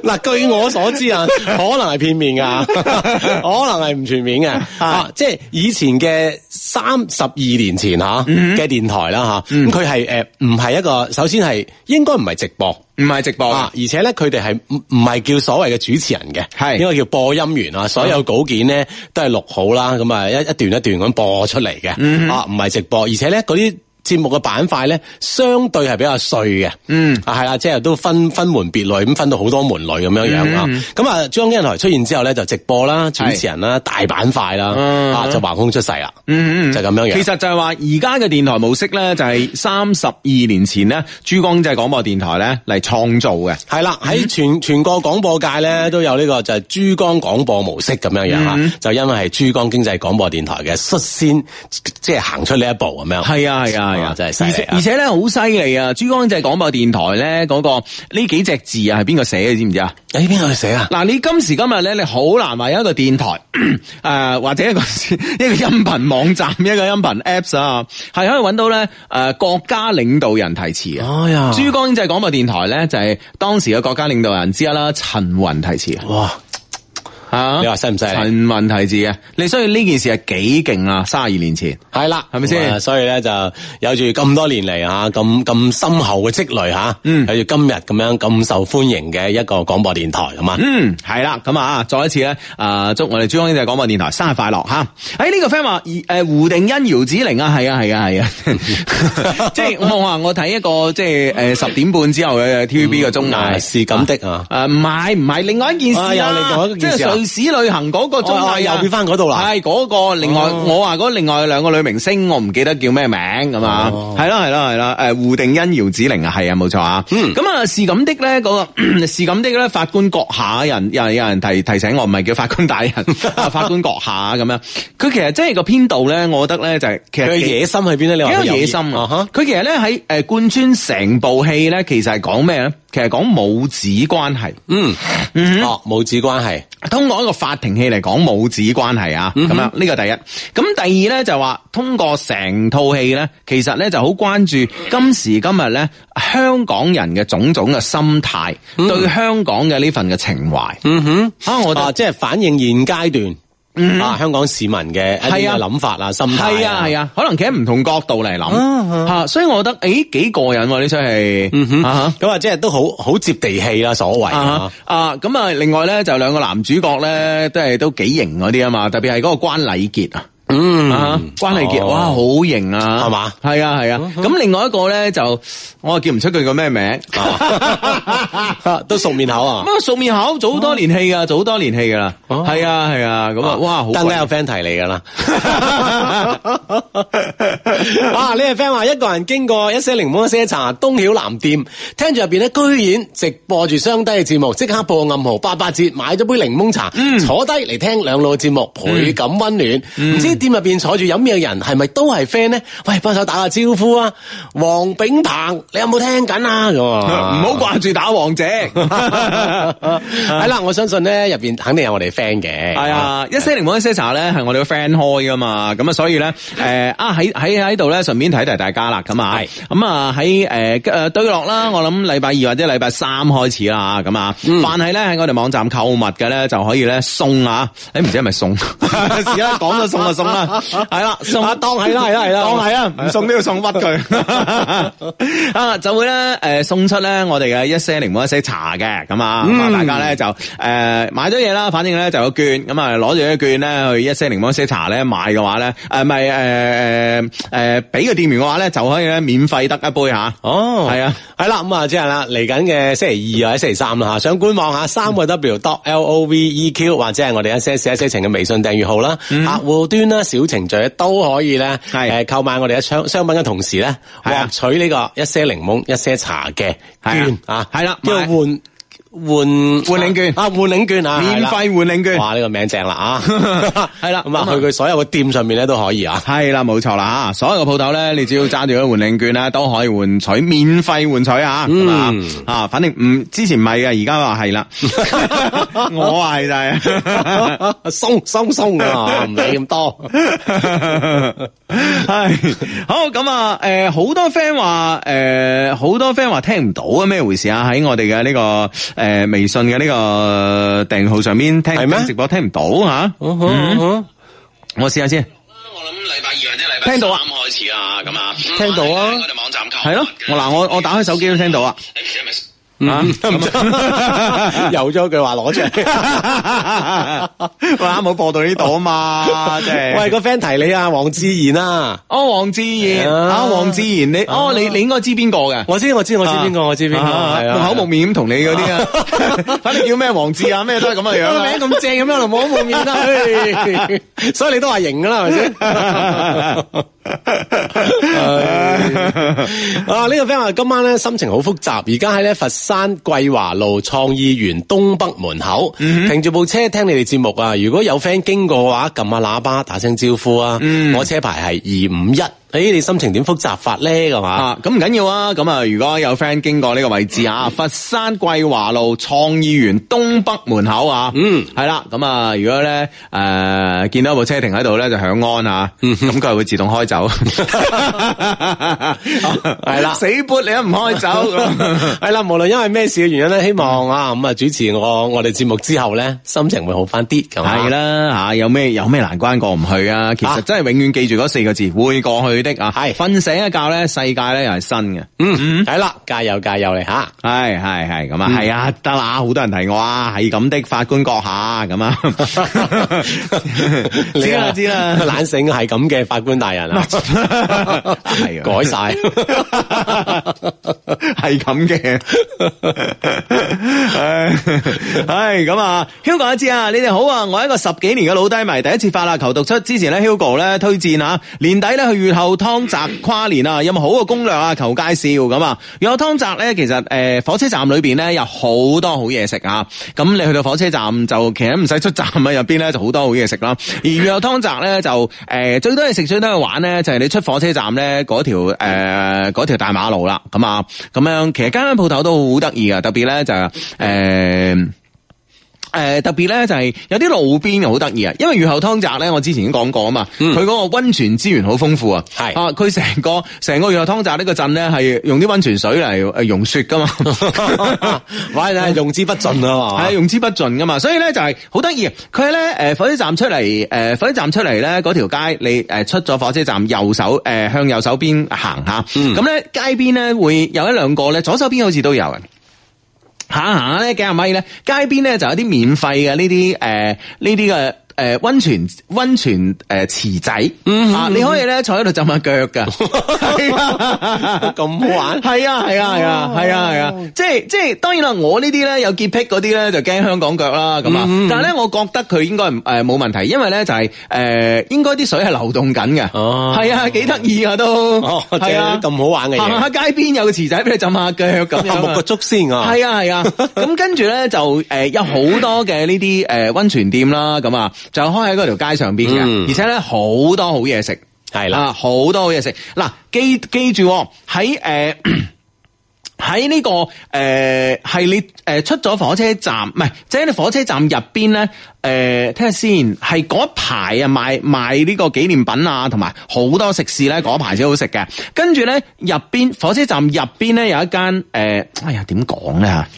嗱，據我所知啊，可能係片面 噶，可能係唔全面嘅啊，即係以前嘅三十二年前吓嘅電台啦吓，咁佢係诶唔係一個，首先係應該唔係直播。
唔係直播
啊
嘅，！
而且咧，佢哋係唔唔係叫所謂嘅主持人嘅，
係
應該叫播音員啊。所有稿件咧都係錄好啦，咁啊一一段一段咁播出嚟嘅，
嗯
啊唔係直播，而且咧嗰啲。節目嘅板塊咧，相對係比較碎嘅，嗯，啊係啦，即係都分分門別類，咁分到好多門類咁樣樣啊。
嗯
咁啊，珠江經濟台出現之後咧，就直播啦、主持人啦、大板塊啦，
嗯
啊就橫空出世啦，
嗯嗯嗯
就係咁樣樣。
其實就係話而家嘅電台模式咧，就係三十二年前咧，珠江經濟廣播電台咧嚟創造嘅。
系啦，喺全全國廣播界咧都有呢個就係珠江廣播模式咁樣樣吓，
嗯
就因為係珠江經濟廣播電台嘅率先即係行出呢一步咁樣。
係啊係啊係啊，
真係犀利啊
而且而且咧好犀利啊！珠江經濟廣播電台咧嗰個呢幾隻字啊，係邊個寫嘅？知唔知啊？
誒邊個去寫啊？
嗱，你今時今日咧，你好難話有一個電台， 誒、或者一個一個音頻網站、一個音頻 Apps 啊，係可以揾到咧誒、國家領導人題詞嘅。啊
哎呀
珠江經濟廣播電台咧就係、當時嘅國家領導人之一啦，陳雲題詞嘅
哇！
啊
你話犀唔犀利
陳雲題詞嘅，啊你所以呢件事係幾勁啊！三十二年前，
系啦，
係咪先
咁啊所以咧就有住咁多年嚟吓，咁咁深厚嘅積累吓，
嗯
有住今日咁樣咁受歡迎嘅一個廣播電台咁啊，
嗯，係啦，咁啊，再一次咧，啊、祝我哋珠江經濟廣播電台生日快樂吓！喺、呢、個 friend 話，誒、胡定欣、姚子玲啊，係啊，係啊，係 啊，即係我話我睇一個即係誒十點半之後嘅 TVB 嘅綜藝
嗯是咁的啊
誒唔係唔係，另外一件事
啊有另外一件事
即
啊
係瑞士旅行嗰個綜藝啊、
哦哦又變返嗰度啦
係嗰、個另外、我話嗰另外兩個女明星，我唔記得叫咩名咁啊，係啦係啦係啦，誒胡定欣、姚子玲啊，係啊冇錯啊，咁啊是咁的咧嗰個 是咁的咧法官閣下人有人有人提提醒我，唔係叫法官 大人，啊法官閣下咁樣，佢其實真係個編導咧，我覺得咧就係、其實
佢嘅野心喺邊咧？你話
幾
佢
有
有
野心啊
哈！
佢其實咧喺誒貫穿成部戲咧，其實係講咩咧？其實講母子關係，
嗯，哦，母子關係，
通過一個法庭戲嚟講母子關係啊，
嗯
咁樣呢個第一。咁第二咧就話通過成套戲咧，其實咧就好關注今時今日咧香港人嘅種種嘅心態，對香港嘅呢份嘅情懷。
嗯哼，
啊，我覺
啊，
得
即係反映現階段。啊！香港市民嘅一啲
係啊
嘅諗法啊、心啊態
係啊係
啊，
啊，可能企喺唔同角度嚟諗吓，所以我覺得誒幾過癮喎呢出戲。嗯哼。
咁啊，即係都好好接地氣啦，所謂
啊
啊
啊咁啊！另外咧就兩個男主角咧，都係都幾型嗰啲啊嘛，特別係嗰個關禮傑啊。
嗯
啊，關禮傑，
哦
哇，好型啊，
係嘛
係啊，係啊。咁另外一個咧就，我叫唔出佢個咩名。
啊都熟面口啊，
乜熟面口，早好多年戲噶，早好多年戲噶啦。係啊，係啊，咁啊，哇，好
更加有
鬼
friend 提你噶 啦。啊，呢個 friend 話一個人經過一些檸檬一些茶東曉南店，聽住入邊咧，居然直播住雙低嘅節目，即刻報暗號八八折，買咗杯檸檬茶，
嗯
坐低嚟聽兩老嘅節目，倍感温暖。唔、知店入邊坐住飲嘢嘅人係咪都係 friend 呢？喂，幫手打下招呼啊！黃炳鵬，你有冇聽緊啊？咁
唔
啊，
好掛住打王 者。
係啦，我相信咧入邊肯定有我哋 friend 嘅。
係啊，一些檸檬一些茶咧係我哋個 friend 開噶嘛，咁啊所以咧，誒啊喺喺喺度咧順便提提大家啦，咁啊，咁啊喺誒誒堆落啦，我諗禮拜二或者禮拜三開始啦，咁啊，
嗯
凡係咧喺我哋網站購物嘅咧就可以咧送啊， 誒唔知係 咪送，而家講咗送就送啦，係啦，送
啊當係啦係啦係啦
當係啦，啊唔送都要送屈佢 啊，就會咧誒送出咧我哋嘅一些檸檬一些茶嘅，咁啊，咁啊大家咧就誒買咗嘢啦，反正咧就有券，咁啊攞住啲券咧去一些檸檬一些茶咧買嘅呃話咧，誒咪誒誒誒呃俾個店員嘅話咧就可以咧免費得一杯嚇，
哦，
係啊，
系啦，咁啊，即系啦，嚟緊嘅星期二或者星期三啦吓，想觀望下三個 W dot L O V E Q 或者係我哋一些事一些情嘅微信訂閱號啦，客戶端啦、小程序都可以咧，
係
誒購買我哋嘅商商品嘅同時咧，
係啊
獲取呢個一些檸檬一些茶嘅券
係啊
啊，
係啦
叫
買
換換
換領券
啊，換領券啊，
免費換領券。
哇，呢個名正啦啊，
係啦
咁
咁
啊
啊
去佢所有嘅店上面咧都可以啊。
系啦，冇錯啦吓，所有嘅鋪頭咧，你只要揸住嗰換領券咧，都可以換取免費換取啊，
嗯
咁啊、啊，反正唔之前唔係嘅，而家 話係啦，我話係就係。
鬆鬆鬆啊，唔理咁多。
系好咁啊！诶、好多 friend 話，诶、好多 friend 話聽唔到啊，咩回事啊？喺我哋嘅呢個诶、微信嘅呢個訂閱號上面聽
係咩
聽直播聽唔到吓、
嗯
我試下先。
我諗禮拜二或者禮
聽
拜
到
三
啊
開始啦，咁啊，
聽到啊
我哋網站購物
係咯，我嗱我我打開手機都聽到啊。
你唔知係咪
啊 咁
有咗句話攞出嚟。
啊，啱好播到呢度啊 嘛，即係
喂，個 friend 提你啊，黃志賢啊，
哦，黃志賢
啊
啊，黃志賢，你哦，你你應該知邊個嘅？
我知我知我知邊個，我知邊個，
啊
係啊
木口木面咁同你嗰 啲啊， 反正叫咩黃志啊，咩都係咁嘅樣
個
啊。
名 咁 正咁樣，就冇冇面啦， 唉所以你都話型噶啦，係咪先？ 啊！呢、個 friend 話今晚咧心情好複雜，而家喺咧佛山桂華路創意園東北門口、停住部車聽你哋節目嗯啊！如果有 friend 啊經過嘅話，撳下喇叭打聲招呼啊！我車牌係二五一诶，你心情點複雜法咧？係嘛？
啊，咁唔緊要啊！咁啊，如果有 friend 經過呢個位置啊，佛山桂華路創意園東北門口啊，嗯，係啦，咁啊，如果咧诶、呃、见到有部車停喺度咧，就響安啊，咁佢係會自動開 走，係
啦
死撥你都唔開走， 咁
哎係啦，無論因為咩事嘅原因咧，希望啊咁啊主持我我哋節目之後咧，心情會好翻啲咁啊
係。啦吓，有咩有咩難關過唔去啊？其實
啊
真係永遠記住嗰四個字，會過去的啊，
係
瞓醒一覺咧，世界咧又係新嘅。
嗯，係啦，加油加油你啊吓。
系系系
嗯
咁啊，系啊，得啦，好多人提我啊，系咁的，法官閣下咁啊，
啊
知啦知啦，
懶醒係咁嘅法官大人 啊，
係啊
改晒。
系咁嘅，唉，唉咁啊，Hugo 阿知啊，你哋好啊，我係一個十幾年嘅老低迷，第一次發啦，求讀出之前咧，Hugo 咧推薦啊，年底咧去月後湯澤跨年啊，有冇好嘅攻略啊？求介紹咁啊，月後湯澤咧，其實诶、呃火車站裏邊咧有好多好嘢食啊，咁你去到火車站就其實唔使出站啊，入邊咧就好多好嘢食啦，而月後湯澤咧就诶、呃最多嘢食最多嘢玩咧，就係你出火車站咧嗰條诶嗰條大馬路啦，咁啊咁樣其實間間鋪頭都好得意啊噶，特別咧就係诶。呃誒、呃特別咧就係、有啲路邊又好得意啊，因為雨後湯澤咧，我之前已經講過啊嘛，佢嗰、個温泉資源好豐富啊，
係
啊，佢成個成個雨後湯澤呢個鎮咧係用啲温泉水嚟誒溶雪噶嘛，
哇！真係用之不盡
係
啊，
啊，
係嘛？
用之不盡噶嘛，所以咧就係好得意啊。佢係咧誒火車站出嚟，誒、火車站出嚟咧嗰條街，你誒、呃出咗火車站右手誒、向右手邊行下，咁咧、街邊咧會有一兩個咧，左手邊好似都有嘅。行下咧幾廿米咧，街邊咧就有啲免費嘅呢啲誒呢啲嘅。誒温、泉温泉誒池仔、啊，你可以咧坐喺度浸下腳噶，係 啊
咁好玩哦
係啊係啊係啊係啊係啊，即係即係當然啦，我呢啲咧有潔癖嗰啲咧就驚香港腳啦咁啊，
嗯
但係咧我覺得佢應該唔誒冇問題，因為咧就係、誒、應該啲水係流動緊嘅，係、
哦
啊幾得意啊都，
哦，即
係啊
係咁好玩嘅
行下
嘢，
街邊有個池仔俾你浸下腳咁樣
啊
啊
木個竹先啊，
系啊 系啊，咁跟住咧就诶、呃有好多嘅呢啲诶温泉店啦，咁啊就開喺嗰條街上邊嘅，
嗯
而且咧好多好嘢食，
係啦
啊好多好嘢食。嗱記記住喎喺诶。 喺呢、個呃誒係、你誒、出咗火車站，唔係即係你火車站入邊咧誒，睇下先，係嗰一排啊賣賣呢個紀念品啊，同埋好多食肆咧嗰一排先好食嘅。跟住咧入邊火車站入邊咧有一間誒、呃哎呀點講咧嚇？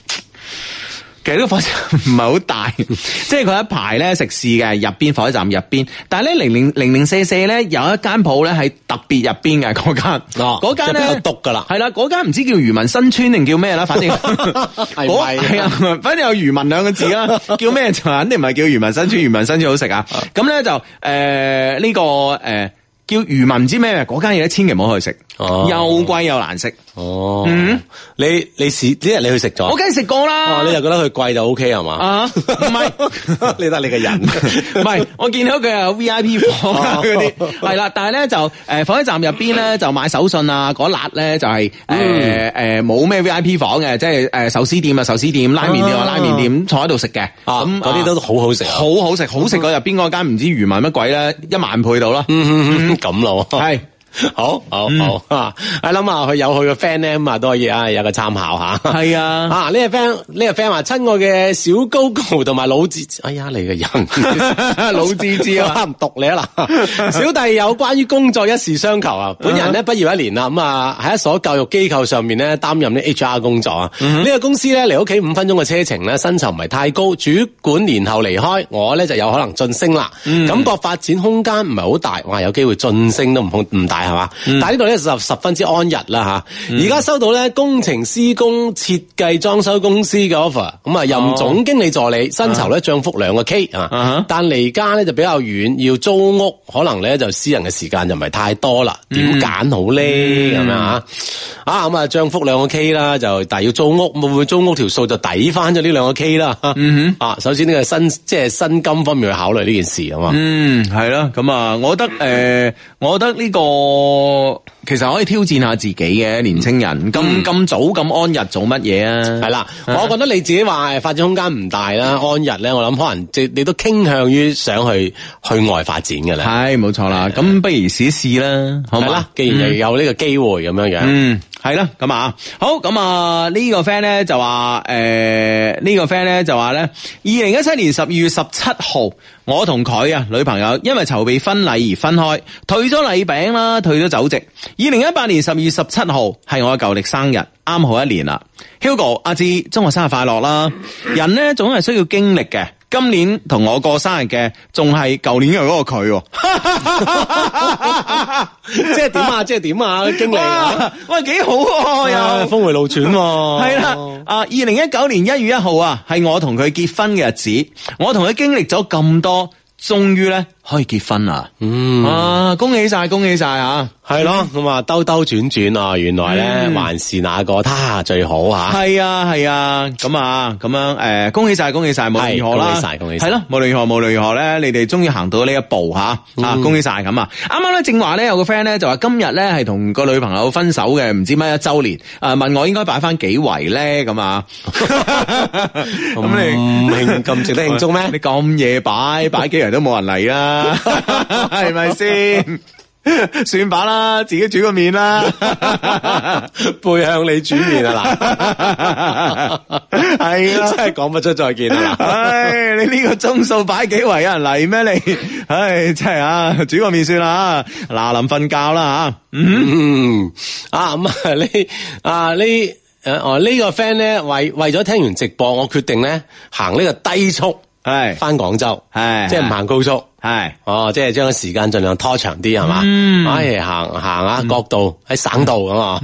其實呢個火車站唔係好大，即係佢一排咧食肆嘅入邊火車站入邊，但係咧零零零零四四咧有一間鋪咧係特別入 邊嘅嗰間，
哦
嗰間
就
咧
比較毒㗎啦
係啦，嗰間唔知叫漁民新村定叫咩啦，反正係
咪啊
係啊，反正有漁民兩個字啦， 叫咩就肯定唔係叫漁民新村，漁民新村好食啊。咁咧就誒呢個誒叫漁民唔知咩，嗰間嘢千祈唔好去食，又
哦
貴又難食。
哦，你你試呢日你去食咗，
我梗係食過啦
哦，你就覺得佢貴就 O K 係嘛？
啊，唔 係。
你得你嘅人，
唔係，我見到佢有 V I P 房啊嗰啲，
哦
係啦，但係咧就誒、呃火車站入邊咧就買手信啊，嗰辣咧就係
嗯
誒誒冇咩 V I P 房嘅，即係誒、呃壽司店啊壽司店，拉麵店啊
啊
拉麵店，坐喺度食嘅，
啊
咁
嗰啲都
啊
好好食啊
好好食，好食過入邊嗰間唔知魚民乜鬼咧，一萬倍到啦，
嗯咁咯，
係。
好好好啊！我諗啊，佢有佢嘅 friend 咧，咁啊都可以啊有個參考下。
係 啊，
啊！呢個 friend 呢個 friend 話：親愛嘅小高高同埋老志，哎呀你嘅 人
老志志啊，
唔讀你啊嗱！小弟有關於工作一事相求 啊，本人咧畢業一年啦，咁啊喺一所教育機構上面咧擔任呢 HR 工作啊。呢個公司咧離屋企五分鐘嘅車程咧，薪酬唔係太高，主管年後離開，我咧就有可能晉升啦。感覺發展空間唔係好大，哇！有機會晉升都唔空唔大係嘛？但係呢度咧就十分之安逸啦吓。而家收到咧工程施工設計裝修公司嘅 offer，咁啊任總經理助理薪酬咧漲幅兩個 K 啊。
啊哈
但離家咧就比較遠，要租屋，可能咧就私人嘅時間就唔係太多啦，點揀好咧咁樣啊？啊咁啊，漲幅兩個 K 啦，就但係要租屋，會唔會租屋條數就抵翻咗呢兩個 K 啦？
嗯
啊，首先呢個薪即係
嗯
薪金方面去考慮呢件事啊嘛。
嗯，係啦，咁啊，我覺得誒、呃我覺得呢、個誒、個其實可以挑戰下自己嘅年青
嗯
人，咁咁早咁安逸做乜嘢啊？
系啦，我覺得你自己話誒發展空間唔大啦，
嗯
安逸咧，我諗可能即你都傾向於想去去外發展嘅啦。
係冇錯啦，咁不如試一試啦，好
係
嘛
啦？，既然有呢個機會咁樣樣，
嗯，係啦，咁啊，好，咁啊呢個 friend 咧就話，诶、呢、個 friend 咧就話咧，二零一七年十二月十七號，我同佢啊女朋友因為籌備婚禮而分開，退咗禮餅啦，退咗酒席。二零一八年十二月十七號係我嘅舊歷生日，啱好一年啦。Hugo 阿志，祝我生日快樂啦！人咧總係需要經歷嘅。今年同我過生日嘅，仲係舊年嘅嗰個佢喎。
即係點啊？即係點啊？經理啊，
哇， 喂，幾好喎、又
啊峰回路轉喎，
系啦，啊，二零一九年一月一號啊，係我同佢結婚嘅日子，我同佢經歷咗咁多，終於咧可以結婚啦！嗯，啊，恭喜晒，恭喜晒啊！
係咯，咁啊兜兜轉轉啊，原來
嗯
咧還是那個他最好吓。
係啊，係啊，咁啊，咁樣诶，誒恭喜晒，恭喜晒，無論
係
如何啦，
恭喜晒恭喜晒
係咯，無論如何，無論如何咧，你哋終於行到呢一步吓，啊，恭喜晒咁啊！啱啱咧正話咧，有個 friend 咧就話今日咧係同個女朋友分手嘅，唔知乜一周年，啊，問我應該擺翻幾圍 咧咁啊？咁你
唔慶咁值得慶祝咩？
你 咁夜擺，擺幾人都冇人嚟啦，係咪先？ 算把啦，自己煮個面啦，
背向你煮面啊嗱，
係啦
真係講不出再見啊嗱。
唉，你呢個鐘數擺幾圍有人嚟咩？你唉，真係啊，煮個面算啦，啊嗱臨瞓覺啦吓，嗯，
嗯啊咁啊呢啊呢诶哦呢個 friend 咧為為咗聽完直播，我決定咧行呢個低速
係
翻廣州，
係
即係唔行高速。
係
哦，即係將個時間盡量拖長啲係嘛？
嗯
唉，行行啊，國道喺省道咁啊，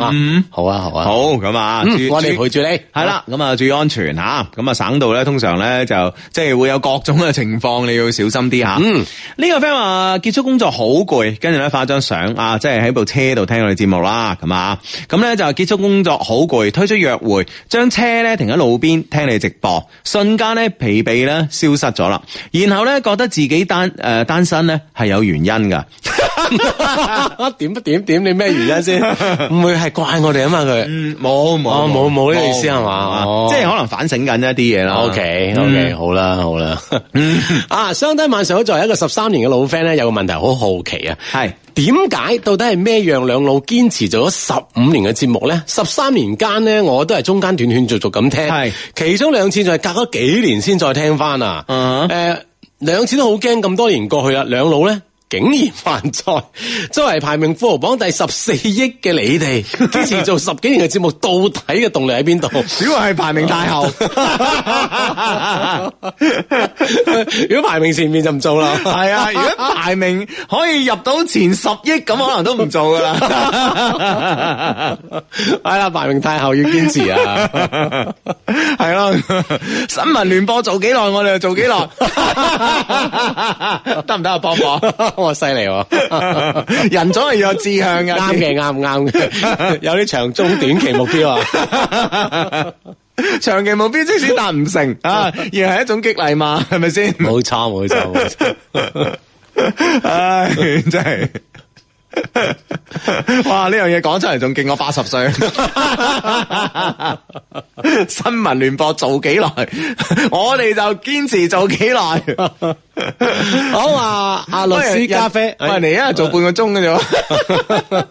好啊好啊，
嗯好咁啊，
嗯
注
我哋
注
陪住你，
系啦，咁啊注意安全吓，咁啊省道咧通常咧就即係會有各種嘅情況，你要小心啲吓。嗯，呢個 friend 話結束工作好攰，跟住咧發張相啊，即係喺部車度聽我哋節目啦，咁啊，咁咧就結束工作好攰，推出約會，將車咧停喺路邊聽你直播，瞬間咧疲憊咧消失咗啦，然後咧覺得自己單诶、呃單身咧係有原因噶。
啊 點不點點？你咩原因 先？唔會係怪我哋啊嘛佢。
嗯，冇
哦冇冇呢個意思係嘛哦
即係可能反省緊一啲嘢啦。
O K
嗯
O K，好啦好啦， 啊，相低晚上好作為一個十三年嘅老 friend 咧，有個問題好好奇啊，
係
點解到底係咩讓兩老堅持做咗十五年嘅節目咧？十三年間咧，我都係中間斷斷續續咁聽，
係
其中兩次就係隔咗幾年先再聽翻啊，誒、
嗯
兩次都好驚，咁多年過去啦，兩老咧。竟然犯錯， 作為排名富豪榜第十四億嘅你 哋，堅持做十幾年嘅節目，到底嘅動力喺邊度？
主要係排名太後。
如果排名前面就唔做啦。
系啊，如果排名可以入到前十億咁，可能都唔做噶啦。
系啦，排名太后要堅持啊！
係咯，新聞聯播做幾耐， 我哋就做幾耐，得唔得啊？波波，
我犀利喎，
人總係要有志向嘅，
啱嘅，啱啱 嘅，有啲長中短期目標啊！
長期目標即使達唔成啊，亦係一種激勵嘛，係咪先？
冇錯，冇錯，冇錯。
唉，真係。哇！呢樣嘢講出嚟仲勁我八十歲，新聞聯播做幾耐，我哋就堅持做幾耐。
好啊，阿律師咖啡，哎
喂，你一日做半個鐘嘅啫喎。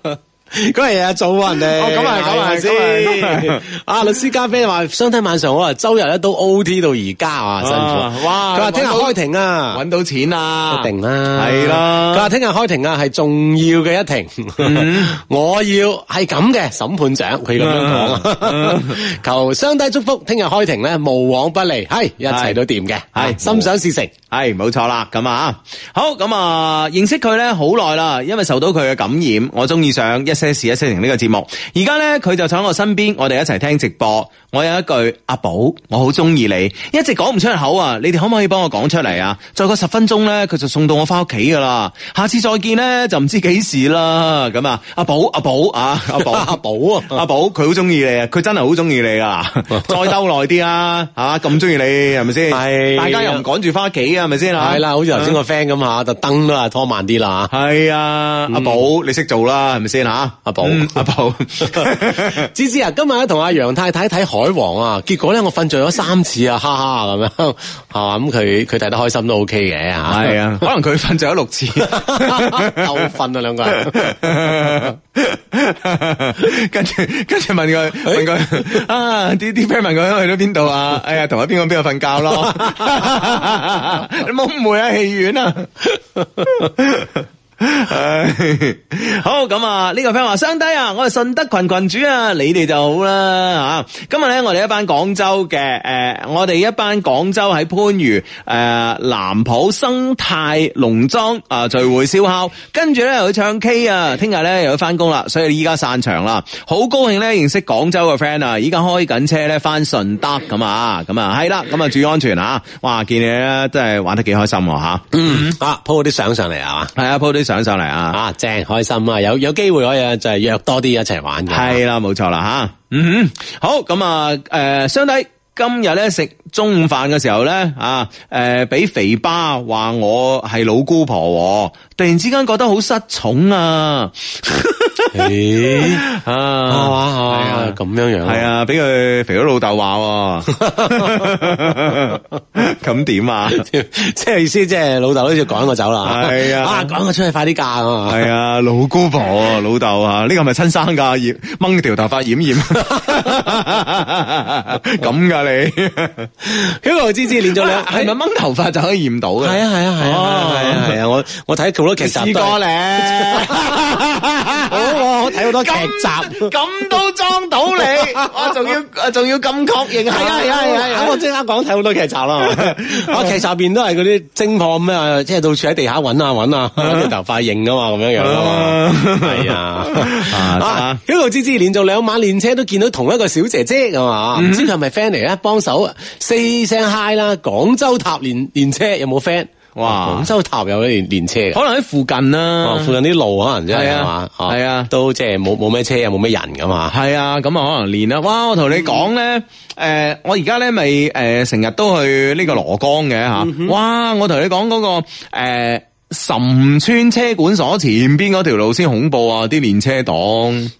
嗰日日做啊人哋，
哦咁啊咁
係
啊
咪
咁啊
先。啊，律師咖啡話，相睇晚上我啊，周日咧都 O T 到而家啊，辛苦。
哇
佢話聽日
搵到
開庭啊，
搵到錢啦，
一定啦，
係啦
佢話聽日開庭啊，係重要嘅一庭。我要係咁嘅審判長，佢咁樣講啊。 求相低祝福，聽日開庭咧無往不利，係一切都掂嘅，
係
係心想事成。
係冇錯啦，咁啊，好咁啊，認識佢咧好耐啦，因為受到佢嘅感染，我中意上一些些事一些情呢個節目。而家呢，佢就坐喺我身邊，我哋一齊聽直播。我有一句阿寶，我好中意你，一直講唔出口啊！你哋可唔可以幫我講出嚟啊？再過十分鐘呢，佢就送到我翻屋企噶啦。 下次再見呢，就唔知幾時啦。咁啊，阿寶，阿寶啊，阿寶，
阿寶啊
阿寶，佢好中意你啊！佢真係好中意 你啊！再兜耐啲啊，吓咁中意你係咪先？
係
大家又唔趕住翻屋企啊，係咪先啊？
系啦，好似頭先個 friend 咁吓，特登都係拖慢啲啦
系啊，阿寶你識做啦，係咪先吓？
嗯阿寶
嗯阿 寶，
吓。芝芝啊，今日咧同阿楊太太睇海王啊，結果咧我瞓着咗三次啊，哈哈咁樣 係嘛，咁佢佢睇得開心都 OK 嘅 吓。
係啊，可能佢瞓着咗六 次，
鬥瞓啊兩個人。
跟住跟住問佢問佢啊，啲啲 friend 問佢去到邊度啊？哎呀，同阿邊個邊個瞓覺咯？ 你冇誤會啊，戲院啊！ 唉好咁啊！呢、個 friend 話：相低啊，我係順德群群主啊，你哋就好啦吓。今日咧，我哋一班廣州嘅誒、呃我哋一班廣州喺番禺誒、呃南浦生態農莊啊、聚會燒烤，跟住咧又去唱 K 啊，聽日咧又要翻工啦，所以依家散場啦。好高興咧認識廣州嘅 friend 啊，依家開緊車咧翻順德咁啊，咁啊係啦，咁啊注意安全啊！哇，見你咧真係玩得幾開心喎、吓，
嗯， 啊，po 啲相上嚟啊嘛。
係啊，po 啲相上嚟啊！
啊，正開心啊！有有機會可以就係約多啲一齊玩嘅。
系啦，冇错啦吓。嗯哼，好咁啊，诶、相弟。今日咧食中午飯嘅時候咧啊，诶、俾肥巴話我係老姑婆喎，突然之間覺得好失寵啊！
咦，
啊，
啊哇，係啊，咁樣樣
係，啊，俾佢肥佬老豆話喎， 咁點啊？
即係意思，即係老豆都要趕我走啦。
係
啊，
啊
趕我出去快啲嫁啊！
係啊，老姑婆啊，老豆啊，呢個係咪親生㗎？染掹條頭髮 染染，咁㗎你？
Hugo 芝芝練咗 兩，
係咪掹頭髮就可以驗到嘅？
係啊係啊係啊係啊係啊！我我睇好多劇集
試
都係
過咧，
好我我睇好多劇集。
咁都裝到 你，我仲要仲要咁確認，係啊係啊係啊
啱我即刻講睇好多劇集 啦，我劇集入邊都係嗰啲偵破咩啊，即係到處喺地下揾啊揾 啊，啲頭髮型啊嘛，咁樣樣啊嘛，係啊。啊
啊！
，Hugo 芝芝連續兩晚練車都見到同一個小姐姐啊㗎嘛，
嗯
唔知佢係咪 friend 嚟咧？幫手 say 聲 hi 啦！廣州塔練練車有冇 friend？
哇
廣州塔有得練練車嘅。
可能喺附近
哦
啦，
附近啲路可能真係
嗯係啊
係嘛，哦
係啊
都即係冇冇咩車啊，冇咩人噶嘛。
係啊，咁啊可能練啦。哇！我同你講咧，誒，我而家咧咪誒成日都去呢個羅江嘅嚇。哇！我同你講嗰個誒岑村車管所前邊嗰條路先恐怖啊！啲練車黨。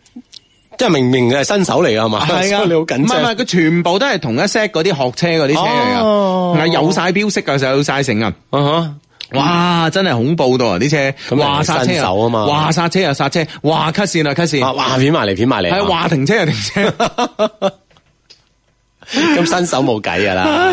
即係明明佢係新手嚟㗎嘛，
系啊，
所以你好緊
唔係唔係，
張。
佢全部都係同一 set 嗰啲學車嗰啲車嚟啊，
哦
係有晒標識㗎，有晒成啊！
啊哈
哇，真係恐怖到啊！啲車，
咁
話
人哋
剎
新
車
手啊嘛
話剎車又剎車，話 cut 線啊 cut
啊
線，
哇！片啊埋嚟，片埋嚟，
係啊話停車又停 車，
咁新手冇計㗎 啦。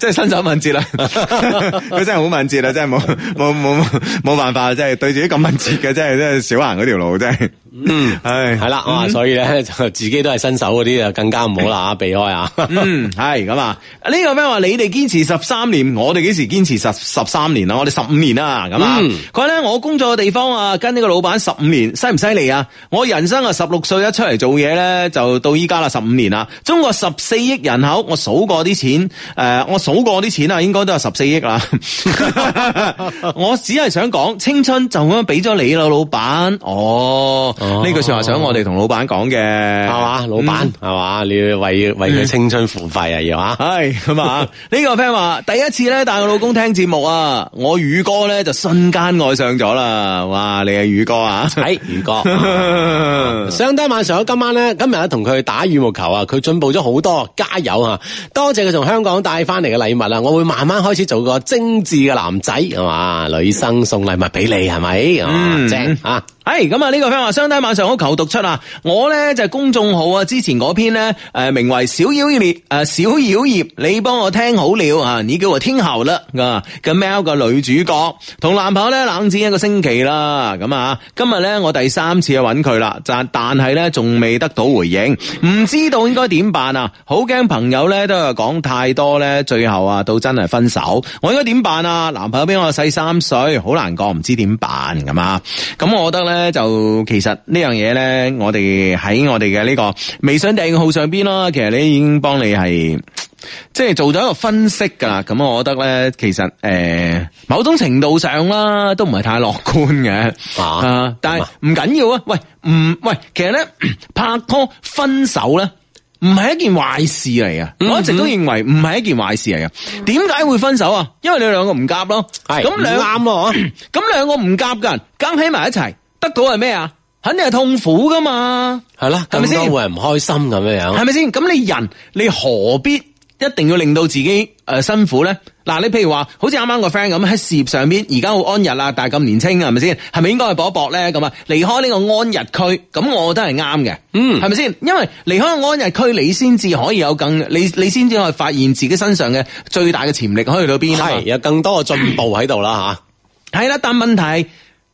真係身手敏捷啦！ 佢真係好敏捷啦，真係冇冇冇冇冇辦法，真係對住啲咁敏捷嘅，真係真係少行嗰條路，真係。嗯，
係
係
啦，啊，所以咧就 自己都係新手嗰啲啊，更加唔好 啦，避開啊。
嗯，係咁啊！呢個 friend 話你哋堅持十三年，我哋幾時堅持十十三年啊？我哋十五年啦，咁啊
嗯！
佢話咧我工作嘅地方啊，跟呢個老闆十五年，犀唔犀利啊？我人生啊，十六歲一出嚟做嘢咧，就到依家啦，十五年啦。中國十四億人口，我數過啲錢，誒、我數過啲錢啊，應該都有十四億啦。 我只係想講，青春就咁樣俾咗你啦，老闆。哦，呢、句説話想我哋同老闆講嘅，係
係嘛，老
嗯
闆係嘛，你要為為佢青春付費啊，要啊。
唉，咁啊，呢個 friend 話第一次咧帶我老公聽節目啊，我宇哥咧就瞬間愛上咗啦，哇！你係宇哥啊，
係宇 哥。相低晚上，今晚咧，今日咧同佢打羽毛球啊，佢進步咗好多，加油啊！多謝佢從香港帶翻嚟嘅禮物啊，我會慢慢開始做個精緻嘅男仔，係嘛？女生送禮物俾你係咪？係
嗯
嘛正啊！
係咁啊！呢個 friend 話相低晚上好求讀出啊！我咧就係公眾號啊，之前嗰篇咧誒、呃名為《小妖孽》誒、呃《小妖孽》，你幫我聽好了啊！你叫我聽好啦啊！嘅 mail 嘅女主角同男朋友咧冷戰一個星期啦，咁啊今日咧我第三次去揾佢啦，但但係咧仲未得到回應，唔知道應該點辦啊！好驚朋友咧都係講太多咧，最後啊到真係分手，我應該點辦啊？男朋友比我細三歲，好難過，唔知點辦咁啊！咁我覺得咧。咧，就其實呢樣嘢咧，我哋喺我哋嘅呢個微信訂閱號上邊啦，其實你已經幫你係。即係做咗一個分析噶啦，咁我覺得咧，其實誒、呃某種程度上啦，都唔係太樂觀嘅
啊
但係唔緊要啊，喂，唔喂，其實咧拍拖分手咧。唔係一件壞事嚟嘅，
嗯
我一直都認為唔係一件壞事嚟嘅。點解會分手啊？因為你兩個唔夾咯，
係
咁兩
唔啱咯，啊嗬
咁兩個唔夾嘅人夾喺埋一齊，得到係咩啊？肯定係痛苦噶嘛。
系啦，
係
咁
咪先
多會人唔開心咁樣
係
樣，
咪先？咁你人你何必一定要令到自己诶、呃辛苦咧？嗱，你譬如話，好似啱啱個 friend 咁喺事業上邊，而家好安逸啦，但係咁年青啊係咪先？係咪應該去搏一搏咧？咁啊，離開呢個安逸區，咁我覺得係啱嘅，嗯，係咪先？因為離開安逸區，你先至可以有更，你你先至可以發現自己身上嘅最大嘅潛力可以去到邊啊嘛
係有更多嘅進步喺度啦
系啦，但問題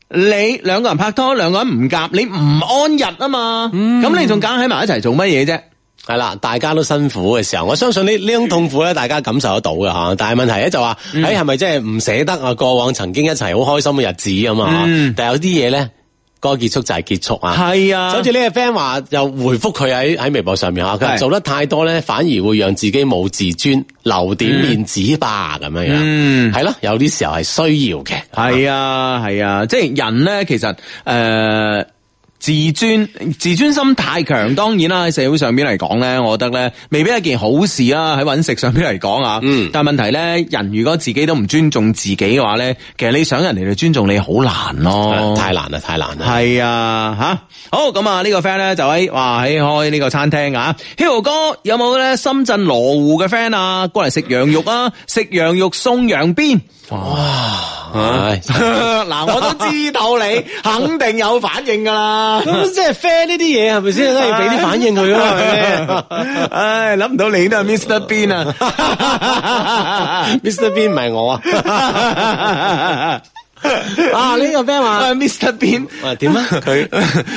你兩個人拍拖，兩個人唔夾，你唔安逸啊嘛，咁、
嗯
你仲揀喺埋一齊做乜嘢啫？
吓，係啦，大家都辛苦嘅時候，我相信呢呢種痛苦咧，大家感受得到嘅吓。但係問題咧就話，
嗯
哎诶係咪真係唔捨得啊？過往曾經一齊好開心嘅日子咁啊，
嗯
但係有啲嘢咧，嗰個結束就係結束啊。
係啊
就好似呢個 friend 話，又回覆佢喺喺微博上面嚇，佢話
係
做得太多咧，反而會讓自己冇自尊，留點面子吧咁樣樣。
嗯
係咯，有啲時候係需要嘅。
係啊，係啊，即係人咧，其實诶。呃自尊自尊心太強，當然啦喺社會上邊嚟講咧，我覺得咧未必係一件好事啊啦。喺揾食上邊嚟講啊，
嗯
但係問題咧，人如果自己都唔尊重自己嘅話咧，其實你想人哋嚟尊重你好難咯，
啊太難啦，太難啦。
系啊，吓好咁啊！呢、個个 friend 咧就喺哇喺開呢個餐廳啊，Hugo 哥有冇咧深圳羅湖嘅 friend 啊，過嚟食羊肉啊，食羊肉送羊鞭。
唉
嗱，我都知道你肯定有反應噶啦。
咁即係 friend 呢啲嘢係咪啊先？都要俾啲反應佢咯，係咪
唉，諗唔到你都係 Mr. Bean 啊
先？Mr. Bean 唔係我啊！啊呢個 friend 話
啊，Mr. Bean
喂點啊 佢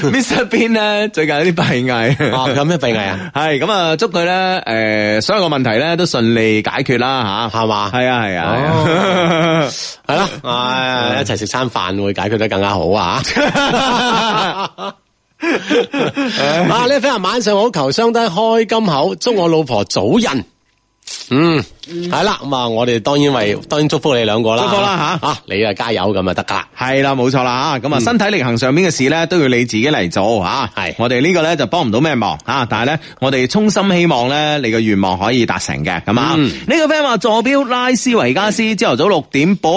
Mr. Bean 咧最近有啲閉翳
啊有咩閉翳 啊？
系咁啊，祝佢咧诶，所有嘅問題咧都順利解決啦吓，
係嘛
係啊係 啊，
係啦，唉一齊食餐飯會解決得更加好啊！啊！呢位 friend 話晚上好，求相低開金口，祝我老婆早孕。嗯，系啦，咁啊，我哋當然為當然祝福你兩個啦，
祝福啦
吓，啊，你啊加油咁啊得噶啦，
係啦，冇錯啦
嗯
吓，咁啊，身體力行上面嘅事咧都要你自己嚟做吓，
係
我哋呢個咧就幫唔到咩忙吓，但係咧我哋衷心希望咧你嘅願望可以達成嘅，咁啊，
嗯
呢個 friend 話坐標拉斯維加斯，朝頭早六點半，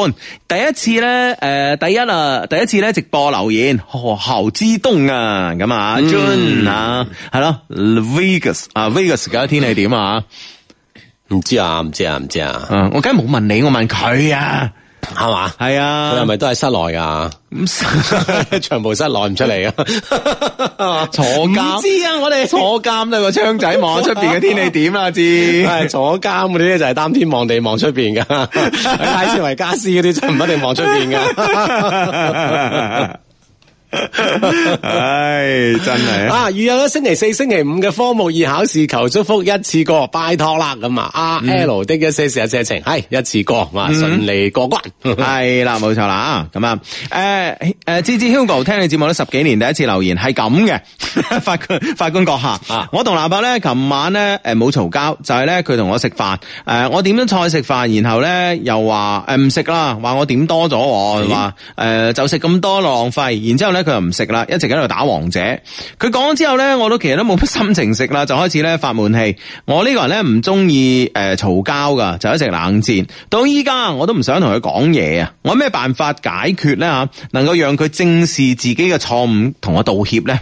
第一次咧诶，第一啊，第一次咧直播留言，何侯之東啊，咁啊，June
嗯
啊，係咯，Vegas 啊，Vegas 而家天氣點啊？
唔知啊，唔知啊，唔知啊，
嗯，我梗系冇問你，我問佢啊，
係嘛？佢
係
係
啊，
咪都係室內 噶？長袍室內唔出嚟啊！
坐監？知啊，我哋坐監都有個窗仔望下出边嘅天氣點啦，知。
係坐監嗰啲咧就係擔天望地望出邊 噶，喺拉斯維加斯嗰啲就唔一定望出邊噶。
唉，真系啊！
啊！預有咗星期四、星期五嘅科目二考試，求祝福一次過，拜託啦咁啊！R
嗯
L 的一些事一些情，係一次過，哇，順利過關。
系啦，冇錯啦啊，咁啊，诶诶，芝芝 Hugo 聽你節目咧十幾年，第一次留言係咁嘅， 法官法官閣下，
啊
我同男伯咧，琴晚咧诶冇嘈交，就係咧佢同我食飯，诶我點咗菜食飯，然後咧又話诶唔食啦，話我點多咗喎，話诶就食咁多浪費，然之後咧佢又唔食啦，一直喺度打王者，佢講咗之後咧，我都其實都冇乜心情食啦，就開始咧發悶氣，我呢個人咧唔中意诶嘈交噶，就一直冷戰，到依家我都唔想同佢講嘢啊，我有咩辦法解決咧吓，能夠讓佢正視自己嘅錯誤，同我道歉咧？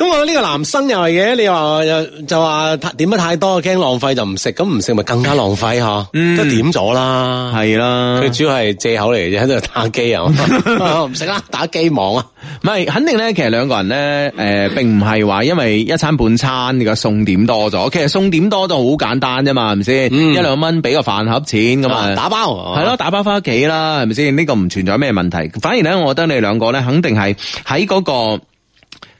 咁我覺得呢個男生又係嘅，你話又就話太點得太多，驚浪費就唔食，咁唔食咪更加浪費嗬？
嗯
都點咗啦，
係啦
佢主要係借口嚟嘅啫，喺度打機啊， 唔食啦，打機網啊，
唔係，肯定咧，其實兩個人咧，诶、並唔係話因為一餐半餐個餸點多咗，其實餸點多都好簡單啫嘛，係咪先？一兩蚊俾個飯盒錢咁嗯啊，
打包
係咯，，打包翻屋企啦，係咪先？呢、個唔存在咩問題，反而咧，我覺得你兩個咧，肯定係喺嗰個。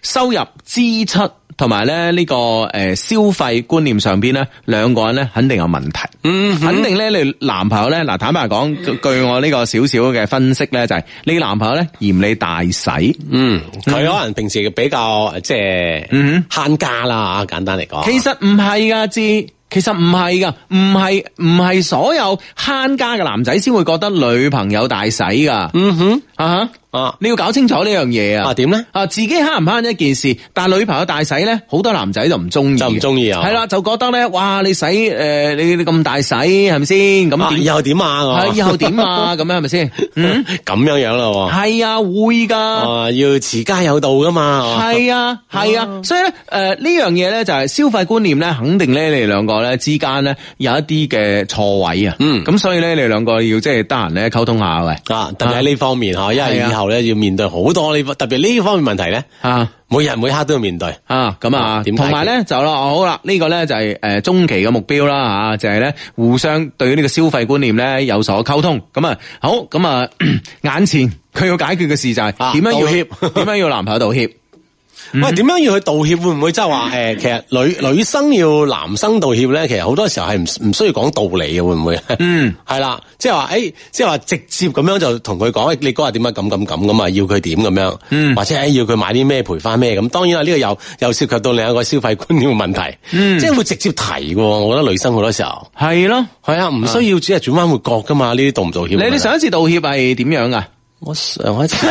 收入、支出同埋咧呢個诶消費觀念上邊咧，兩個人咧肯定有問題。嗯，肯定咧你男朋友咧嗱，坦白講，據據我呢個少少嘅分析咧，就係你男朋友咧嫌你大使。
嗯，佢可能平時比較即係
嗯
慳家啦，啊簡單嚟講。
其實唔係噶，志。其實唔係噶，唔係唔係所有慳家嘅男仔先會覺得女朋友大使噶。嗯哼，啊哈
啊
你要搞清楚呢樣嘢啊。
啊點咧？
啊，自己慳唔慳一件事，但係女朋友大使咧，好多男仔就唔中意嘅，
就唔鍾意啊
係啦，就覺得咧，哇，你使誒、呃你你咁大使係咪先？咁
啊
點
以後點啊？我
係以後點啊？咁樣係咪先？嗯，
咁樣樣咯
係啊，會㗎。
喎，啊要持家有道噶嘛。哦
系啊，系啊，所以咧，诶呢樣嘢咧就係消費觀念咧，肯定咧你哋兩個咧之間咧有一啲嘅錯位啊，
嗯
咁所以咧你哋兩個要即係得閒咧溝通下喂，
啊，特別喺呢方面嚇，因為
係啊
以後咧要面對好多呢方，特別呢方面問題咧，
啊
每日每刻都要面對。
啊咁啊，
啊點解決
同埋咧就啦，哦好啦，呢個咧就係诶中期嘅目標啦啊，就係咧互相對呢個消費觀念咧有所溝通，咁啊好，咁啊 眼前佢要解決嘅事就係
啊
點樣
道歉
要 點樣要男朋友道歉，
喂，點樣要去道歉？會唔會即係 話誒？其實女女生要男生道歉咧，其實好多時候係唔唔需要講道理嘅，會唔會？嗯， 係啦，即係話誒，即係話直接咁樣就同佢講，欸你嗰日點解咁咁咁咁啊？要佢點咁樣？嗯，或者誒要佢買啲咩賠翻咩咁？當然啦，呢個又 又涉及到另一個消費觀念嘅問題，嗯，即係會直接提嘅喎。我覺得女生好多時候
係咯，
係啊，唔需要只係轉彎抹角噶嘛。呢啲道唔道歉
你
嘅問題？
你上一次道歉係點樣啊？
我上一次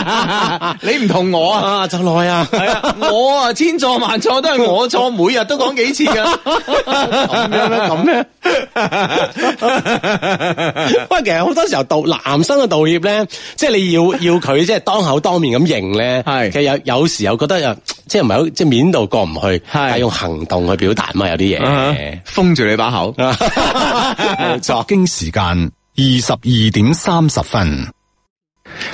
你唔同我啊？
啊，就耐 啊，
系啊，我啊千錯萬錯都係我錯，每日都講幾次啊噶。 咁樣咩？咁咩？
喂，其實好多時候道男生嘅道歉咧，即係你要 要佢即係當口當面咁認咧，
係
其實有有時又覺得又即係唔係好即係面度過唔去，
係
係用行動去表達嘛，有啲嘢。
封住你把口。
冇錯
北京時間二十二點三十分。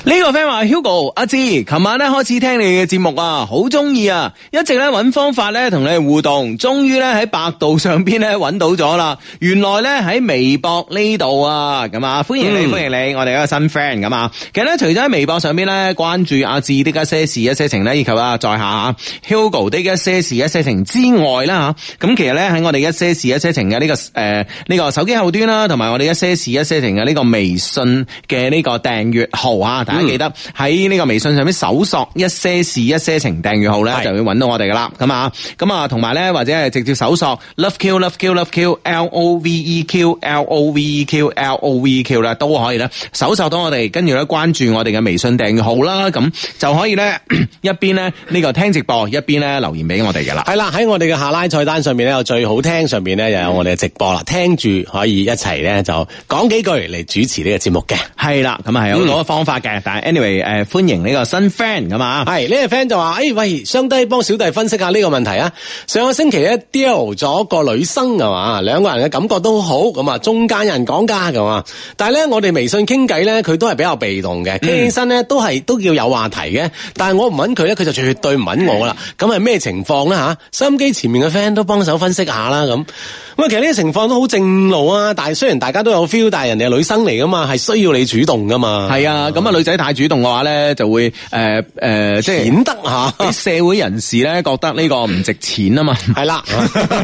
呢個 friend 話 Hugo 阿志，琴晚咧開始聽你嘅節目啊，好中意啊，一直咧揾方法咧同你哋互動，終於咧喺百度上邊咧揾到咗啦。原來咧喺微博呢度啊，咁啊，歡迎你，歡迎你，我哋一個新 friend 咁啊。其實咧，除咗喺微博上邊咧關注阿志的一些事一些情咧，以及啊在下啊 Hugo 的一些事一些情之外啦吓，咁其實咧喺我哋一些事一些情嘅呢、個呃誒呢、個手機後端啦，同埋我哋一些事一些情嘅呢個微信嘅呢個訂閱號啊，大家記得喺呢個微信上面搜索一些事一些情訂閱號咧，就會揾到我哋噶啦。咁啊，咁啊，同埋咧或者係直接搜索 love q love q love q l o v e q l o v e q l o v e q 啦，都可以咧搜索到我哋，跟住咧關注我哋嘅微信訂閱號啦，咁就可以咧一邊咧呢個聽直播，一邊咧留言俾我哋噶啦。
係啦，喺我哋嘅下拉菜單上面咧，有最好聽上面咧，又有我哋嘅直播啦，聽住可以一齊咧就講幾句嚟主持呢個節目嘅。
系啦，咁啊係有好多方法嘅，但係 anyway 诶、歡迎呢個新 friend 咁啊，
系呢、個 friend 就話：，诶、喂，相低幫小弟分析下呢個問題啊！上個星期咧 d e a l 咗個女生係嘛，兩個人嘅感覺都好咁啊，中間人講價咁啊，但係咧我哋微信傾偈咧，佢都係比較被動嘅，傾起身咧都係都叫有話題嘅，但係我唔揾佢咧，佢就絕對唔揾我啦。咁係咩情況咧吓？收音機前面嘅 friend 都幫手分析下啦咁。咁啊，其實呢個情況都好正路啊，但係雖然大家都有 feel，但係人哋係女生嚟噶嘛，係需要你主動噶嘛，
係啊，咁啊女仔太主動嘅話咧，就會诶诶、誒即係
顯得吓。
啲社會人士咧覺得呢個唔值錢啊嘛，
系 啦，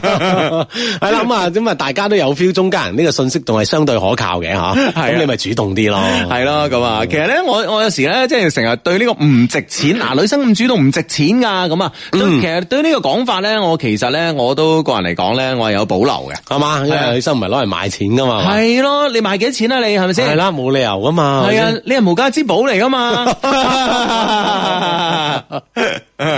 系啦咁啊，咁啊，大家都有 feel，中間人呢個信息仲係相對可靠嘅吓，
啊
咁你咪主動啲咯，
係咯咁啊，其實咧我我有時咧即係成日對呢個唔值錢，嗱、女生咁主動唔值錢噶，咁啊，對其實對呢個講法咧，我其實咧我都個人嚟講咧，我係有保留嘅。
係嘛，因
係啊
為女生唔係攞嚟賣錢噶嘛，
係咯，你賣幾多錢啊？你係咪先？
係啦，冇理由噶嘛，
係啊
咪，
你係無價之寶嚟噶嘛？
先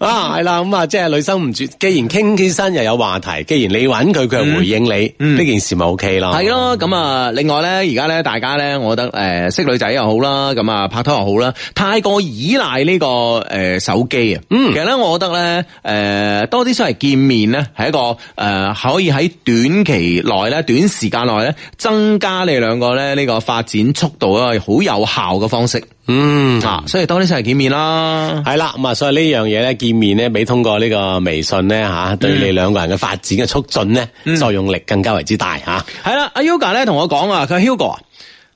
啊，係啦，咁啊，即係女生唔主，既然傾起身又有話題，既然你揾佢，佢又回應你，呢件事咪 OK 啦，
系嗯咯，咁啊，另外咧，而家咧，大家咧，我覺得诶、呃，识女仔又好啦，咁啊，拍拖又好啦，太過依賴呢、個个呃手機啊。嗯，其實咧，我覺得咧，诶、多啲出嚟見面咧，係一個诶、呃可以喺短期內咧、短時間內咧，增加你兩個咧呢、個發展速度啊，好有效嘅方式。嗯，啊，所以多啲出嚟見面啦。
系啦，咁啊，所以呢樣嘢咧，見面咧，比通過呢個微信咧吓，對
嗯
你兩個人嘅發展嘅促進咧，作用力更加為之大吓。
係啦，阿 Yoga 咧同我講啊，佢話 Hugo 啊。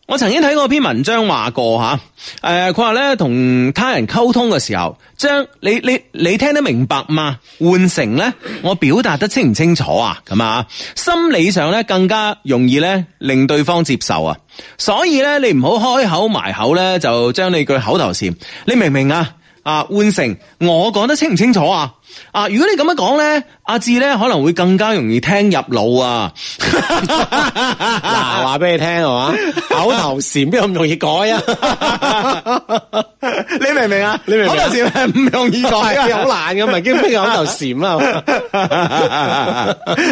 我曾經睇過篇文章話過吓，誒佢話咧同他人溝通嘅時候，將你你你聽得明白嘛，換成咧我表達得清唔清楚啊咁啊，心理上咧更加容易咧令對方接受啊，所以咧你唔好開口埋口咧就將你句口頭禪，你明唔明啊？啊，換成我講得清唔清楚啊？啊，如果你咁樣講咧，阿志咧可能會更加容易聽入腦啊。
嗱，話俾你聽係嘛，口頭禪邊有咁容易改啊？
你明唔明啊？
你明唔明啊
嗰陣時係唔容易 改
係
啊
好難嘅，咪經邊有口頭禪啊？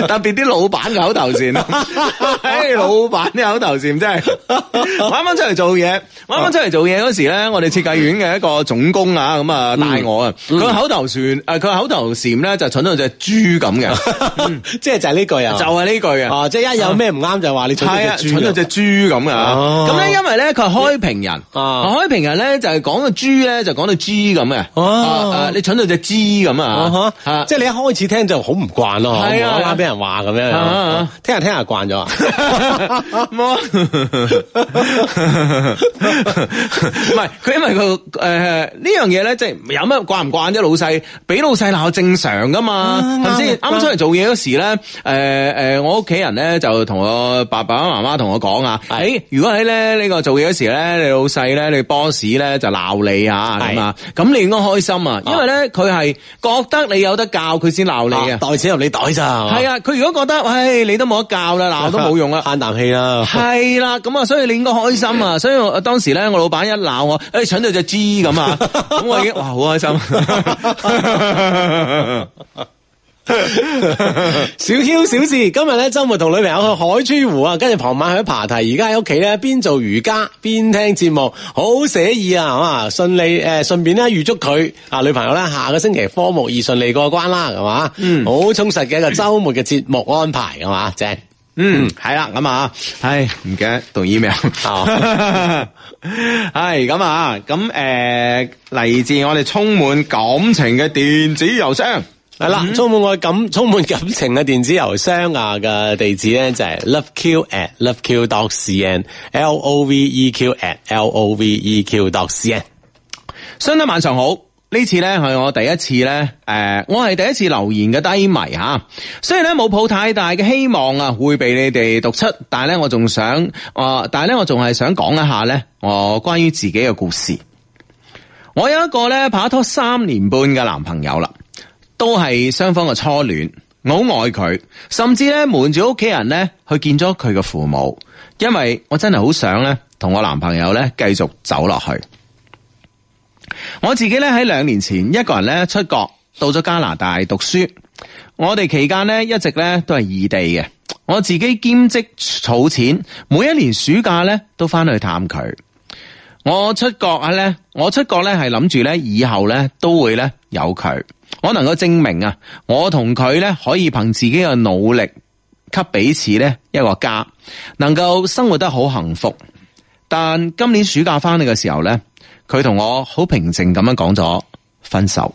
特別啲老闆嘅口頭 禪啊！唉，老闆啲口頭禪真係，我啱啱出嚟做嘢，我啱啱出嚟做嘢嗰時咧，我哋設計院嘅一個總工啊，咁啊帶我啊，佢口頭禪誒，佢口頭禪咧就蠢到隻豬咁 嘅，
即係就係呢句啊，
嗯就係呢句嘅。
哦，即係一有咩唔啱就話你蠢
係
到
啊，
隻
蠢到
豬
隻豬咁噶。
哦
咁咧，因為咧佢係開平人，
啊
開平人咧就係講個豬咧就講到 G 咁嘅。
哦
啊啊你蠢到隻 G 咁
啊
啊
哈
啊！
即係你一開始聽就好唔慣咯，
係啊
無啦啦俾人話咁
啊啊
樣
啊，
聽下聽下慣咗啊，
冇，啊唔係佢，因為佢誒呢樣嘢咧，即係有乜慣唔慣啫？老細俾老細鬧正常噶嘛，係咪先？嗯啱出嚟做嘢嗰時咧，誒、誒，我屋企人咧就同我爸爸媽媽同我講啊，誒、如果喺咧呢個做嘢嗰時咧，你老細咧，你 boss 咧就鬧你啊咁啊，咁你應該開心啊，因為咧佢係覺得你有得教佢先鬧你
啊
啊。
袋錢入你袋咋，
係
啊，
啊，佢如果覺得，唉，你都冇得教啦，鬧都 冇用啊啦，
嘆啖氣 啦，
系啦，咁啊，所以你應該開心啊！所以我當時咧，我老闆一鬧我，誒蠢到隻豬咁啊，咁我已經哇好開啊心。
小囂小事，今日咧周末同女朋友去海珠湖啊，跟住傍晚去爬堤，而家喺屋企咧邊做瑜伽邊聽節目，好寫意啊！啊，順利誒，順便咧預祝佢啊女朋友咧下個星期科目二順利過關啦，係嘛？嗯，好充實嘅一個周末嘅節目安排，係嘛？正。
嗯，係啦，咁啊，唉，唔記得讀 email。係咁啊，咁誒嚟自我哋充滿感情嘅電子郵箱。
系啦，充滿愛感、充滿感情嘅電子郵箱啊嘅地址咧就係 loveq at loveq dot cn，l o v e q at l o v e q dot cn。
相得晚上好。呢次呢係我第一次呢，誒、我係第一次留言嘅低迷吓。雖然呢冇抱太大嘅希望啊，會被你哋讀出，但係呢，我仲想，啊、但係呢，我仲係想講一下呢，我關於自己嘅故事。我有一個呢，拍拖三年半嘅男朋友啦，都係雙方嘅初戀，我好愛佢，甚至呢，瞞住屋企人呢去見咗佢嘅父母，因為我真係好想呢，同我男朋友呢繼續走落去。我自己咧喺兩年前一個人咧出國，到咗加拿大讀書。我哋期間咧一直咧都係異地嘅。我自己兼職儲錢，每一年暑假咧都翻去探佢。我出國啊咧，我出國咧係諗住咧以後咧都會咧有佢。我能夠證明啊，我同佢咧可以憑自己嘅努力，給彼此咧一個家，能夠生活得好幸福。但今年暑假翻嚟嘅時候咧，佢同我好平靜咁樣講咗分手。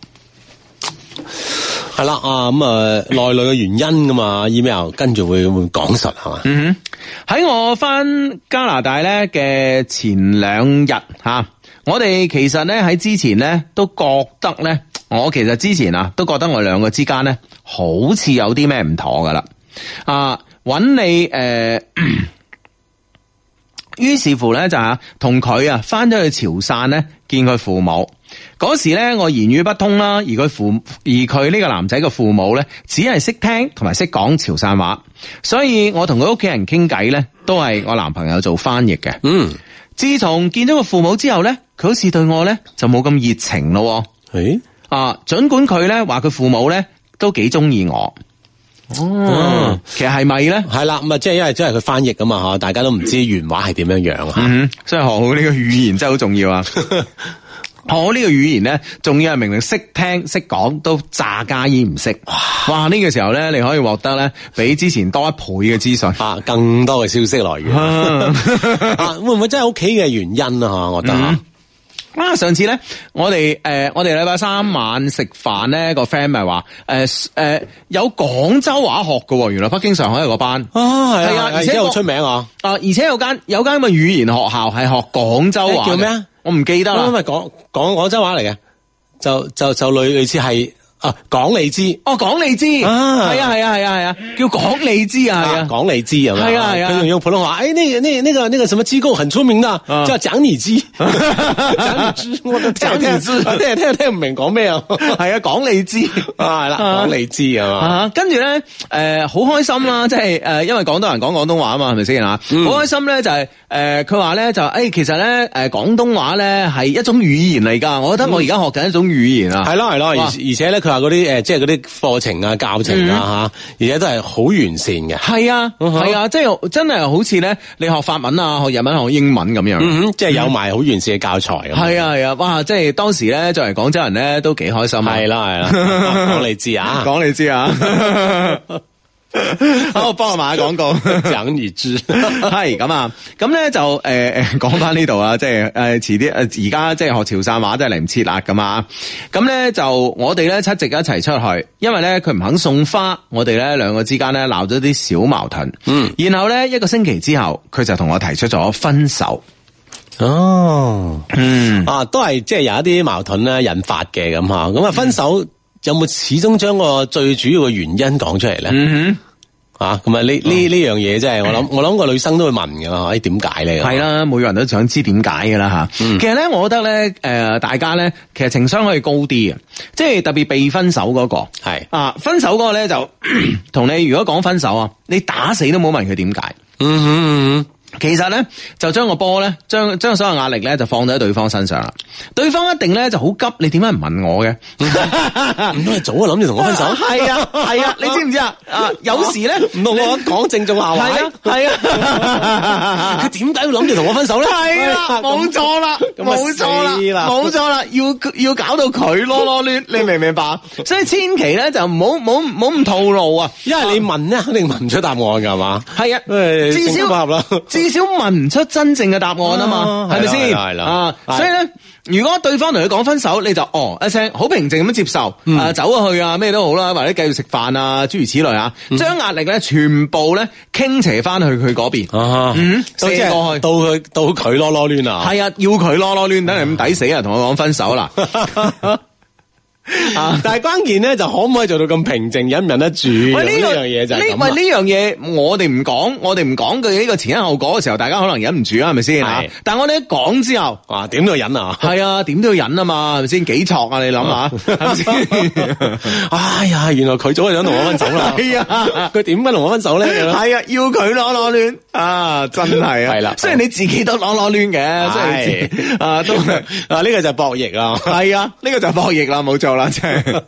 係啦，啊咁啊內裏嘅原因噶嘛，email 跟住會會講述係嘛？
喺我翻加拿大咧嘅前兩日吓，啊我哋其實咧喺之前咧都覺得咧，我其實之前啊都覺得我哋兩個之間咧好似有啲咩唔妥噶啦。啊，揾你誒。呃 於是乎咧就係同佢啊翻咗去潮汕咧見佢父母。嗰時咧我言語不通啦，而佢父而佢呢個男仔嘅父母咧只係識聽同埋識講潮汕話，所以我同佢屋企人傾偈咧都係我男朋友做翻譯嘅。
嗯，
自從見咗個父母之後咧，佢好似對我咧就冇咁熱情咯喎。
誒，
啊，儘管佢咧話佢父母咧都幾中意我。哦，其實係咪咧？
係啦，咁啊即係因為即係佢翻譯噶嘛嚇，大家都唔知原話係點樣樣嚇。
嗯，所以學好呢個語言真係好 重要啊！學好呢個語言咧，仲要係明明識聽識講，都詐假意唔識。哇！呢、個時候咧，你可以獲得咧比之前多一倍嘅資訊。
啊，更多 嘅消息來源，啊會唔會真係屋企嘅原因啊？我覺得嚇
啦，上次咧，我哋誒、呃我哋禮拜三晚食飯咧，個 friend 咪話誒誒有廣州話學嘅喎，原來北京上海有個班
啊，
係
係
啊
啊，
而
而
且
且
個
好出名啊，
啊，而且有間有間咁嘅語言學校係學廣州
誒
話嘅，
叫咩啊
我唔記得啦
因。為講講廣州話嚟嘅，就就就類類似係啊講你知，
哦，講你知，係
啊
啊係啊係啊係啊，叫講你知啊，係
啊
啊。
講你知係咪？
係啊係啊
佢仲用普通哎話，誒那個那那個那個什麼機構很出名的，
啊
叫講你知， 講你知，我都聽
講你知
聽聽聽聽唔明講咩 啊？
係啊，講你知
啊係啦，講你知係嘛？
啊，跟住咧，誒、好開心
嗯
啦，即係誒、因為廣東人講廣東話啊嘛，係咪先啊？好、開心咧，就係、誒，佢話咧就誒、其實咧，誒、廣東話咧係一種語言嚟㗎，我覺得我而家學緊一種語言啊。
係咯係咯，而
哇
而且咧，佢話嗰啲誒，呃即係嗰啲課程啊、教程
嗯
啊吓，而且都係好完善嘅。
係啊，
嗯哼
係啊，即係真係好似咧，你學法文啊，學日文，學英文咁樣。
嗯哼，即係有埋好完善嘅教材咁。
係啊係啊，哇！即係當時咧，作為廣州人咧，都幾開心啊。
係啦係啦，講你知啊，
講你知啊。 好，幫我買下 廣告。
講你知。
係咁啊，咁咧就诶诶 讲翻呢度啊，即係诶迟啲诶而家即係學潮汕話真係嚟唔切啦咁啊，咁咧就我哋咧七夕一齊出去，因為咧佢唔肯送花，我哋咧兩個之間咧鬧咗啲小矛盾，嗯，然後咧一個星期之後，佢就同我提出咗分手，
哦，嗯，啊，都係即係有一啲矛盾咧引發嘅咁吓，咁啊分手有冇始終將個最主要嘅原因講出嚟咧？
嗯
啊，咁啊呢呢呢樣嘢真係我 諗，我諗個女生都會問噶啦，誒點解咧？
係，啦，每個人都想知點解噶啦吓。其實咧，我覺得咧，诶、大家咧，其實情商可以高啲嘅，即係特別被分手嗰、個。
係
啊，分手嗰個咧就 同你如果講分手啊，你打死都冇問佢點解。
嗯哼嗯
其實咧就將個波咧，將將所有壓力咧就放咗喺對方身上啦。對方一定咧就好急，你點解唔問我嘅？
嗯哼，唔通你早就諗住同我分手？
係 啊 係啊，你知唔知啊？啊，有時咧
唔同我講正中下
係
懷
啊，係啊。
佢點解會諗住同我分手 哎咧？
系啦，冇錯啦，
咁啊
冇錯
死
啦，
啦
冇錯啦，要要搞到 佢囉囉攣，你明唔明白？所以千祈咧就唔好唔好唔好唔套路啊！
因為你問咧，肯定問唔出答案㗎，係嘛？
系啊，
誒
至
正
少
不合啦
至少問唔出真正嘅答案啊
啊
嘛，係 咪
係
先？
啦係啦
啊，
係
所以咧，如果對方同你講分手，你就哦一聲好平靜咁接受，
嗯
啊走咗去啊咩都好啦，或者繼續食飯啊，諸如此類啊，
嗯
將壓力咧全部咧傾斜翻去佢嗰邊。
啊，
嗯
到即
射
係
過去
到佢到佢囉囉攣啊！
係啊，要佢囉囉攣，等你咁抵死啊，同我講分 手啦。啊
但係關鍵咧，就可唔可以做到咁平靜，忍唔忍得住？
喂，呢
呢
個
樣嘢就
呢
係咁
喂
啦。
呢樣嘢，我哋唔講，我哋唔講佢呢個前因後果嘅時候，大家可能忍唔住啊，係咪先啊
係？
但我哋一講之後。
哇，點都要忍啊！
係啊，點都要忍啊嘛，係咪先？幾錯啊？你諗下， 係咪先？
哎呀，原來佢早就想同我分手 啦。
係啊
佢點解同我分手咧？咁樣
係啊，要佢攞攞亂啊，真係啊。
係啦
雖然你自己都攞攞亂嘅，雖然你自己
係
啊都
啊，呢個就係博弈啊！
係啊，呢個就係博弈啦，冇做啦，真 係。